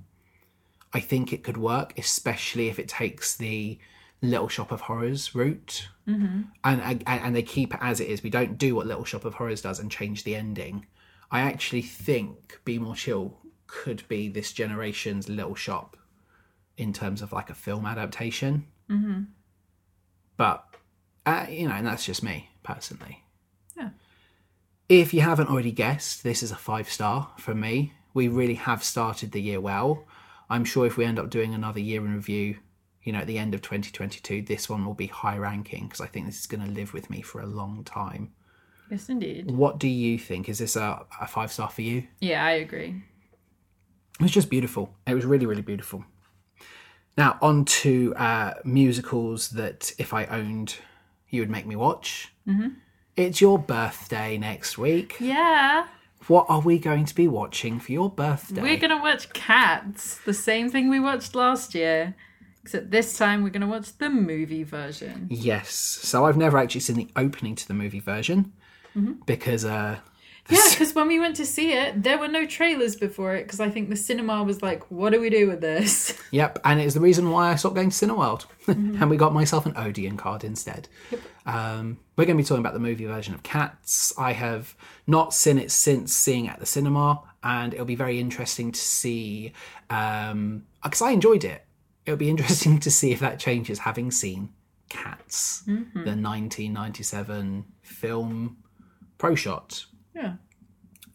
I think it could work, especially if it takes the Little Shop of Horrors route, and, and and they keep it as it is. We don't do what Little Shop of Horrors does and change the ending. I actually think Be More Chill could be this generation's Little Shop in terms of like a film adaptation. Mm-hmm. But uh, you know, and that's just me personally. Yeah. If you haven't already guessed, this is a five star from me. We really have started the year well. I'm sure if we end up doing another year in review, you know, at the end of 2022, this one will be high ranking because I think this is going to live with me for a long time. Yes, indeed. What do you think? Is this a, a five star for you? Yeah, I agree. It was just beautiful. It was really, really beautiful. Now, on to uh, musicals that if I owned, you would make me watch. Mm-hmm. It's your birthday next week. Yeah. What are we going to be watching for your birthday? We're going to watch Cats, the same thing we watched last year. Except this time we're going to watch the movie version. Yes. So I've never actually seen the opening to the movie version because uh, Yeah, because when we went to see it, there were no trailers before it because I think the cinema was like, what do we do with this? Yep, and it's the reason why I stopped going to Cineworld, and we got myself an Odeon card instead. Um, we're going to be talking about the movie version of Cats. I have not seen it since seeing it at the cinema, and it'll be very interesting to see because I enjoyed it. It'll be interesting to see if that changes having seen Cats, the 1997 film pro shot. Yeah.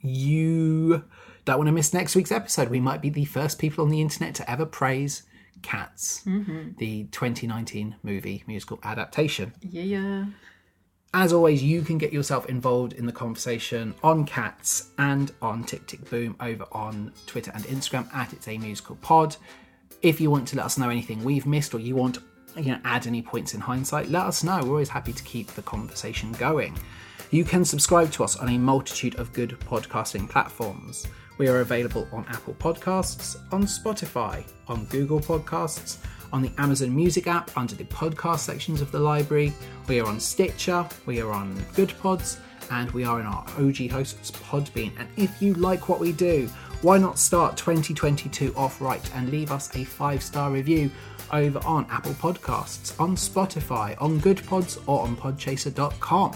You don't want to miss next week's episode. We might be the first people on the internet to ever praise Cats, the 2019 movie musical adaptation. Yeah, yeah. As always, you can get yourself involved in the conversation on Cats and on Tick Tick Boom over on Twitter and Instagram at It's a Musical Pod. If you want to let us know anything we've missed or you want you know add any points in hindsight, let us know. We're always happy to keep the conversation going. You can subscribe to us on a multitude of good podcasting platforms. We are available on Apple Podcasts, on Spotify, on Google Podcasts, on the Amazon Music app under the podcast sections of the library. We are on Stitcher, we are on Good Pods, and we are in our OG hosts Podbean. And if you like what we do, why not start 2022 off right and leave us a five star review over on Apple Podcasts, on Spotify, on Good Pods, or on podchaser.com.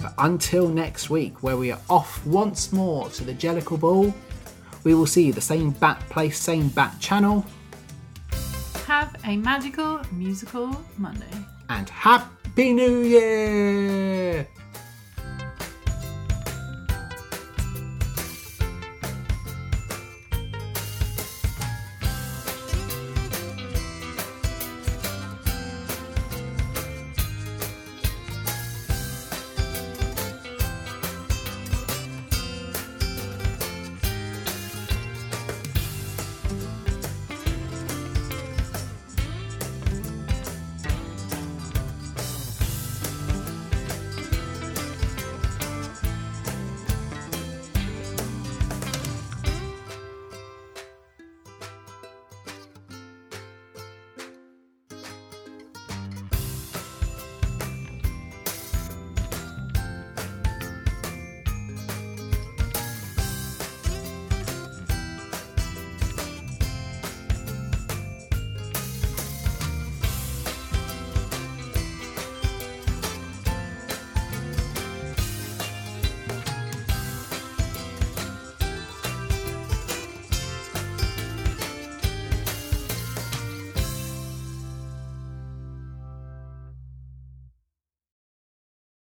But until next week, where we are off once more to the Jellicle Ball, we will see you the same bat place, same bat channel, Have a magical musical Monday. and Happy New Year!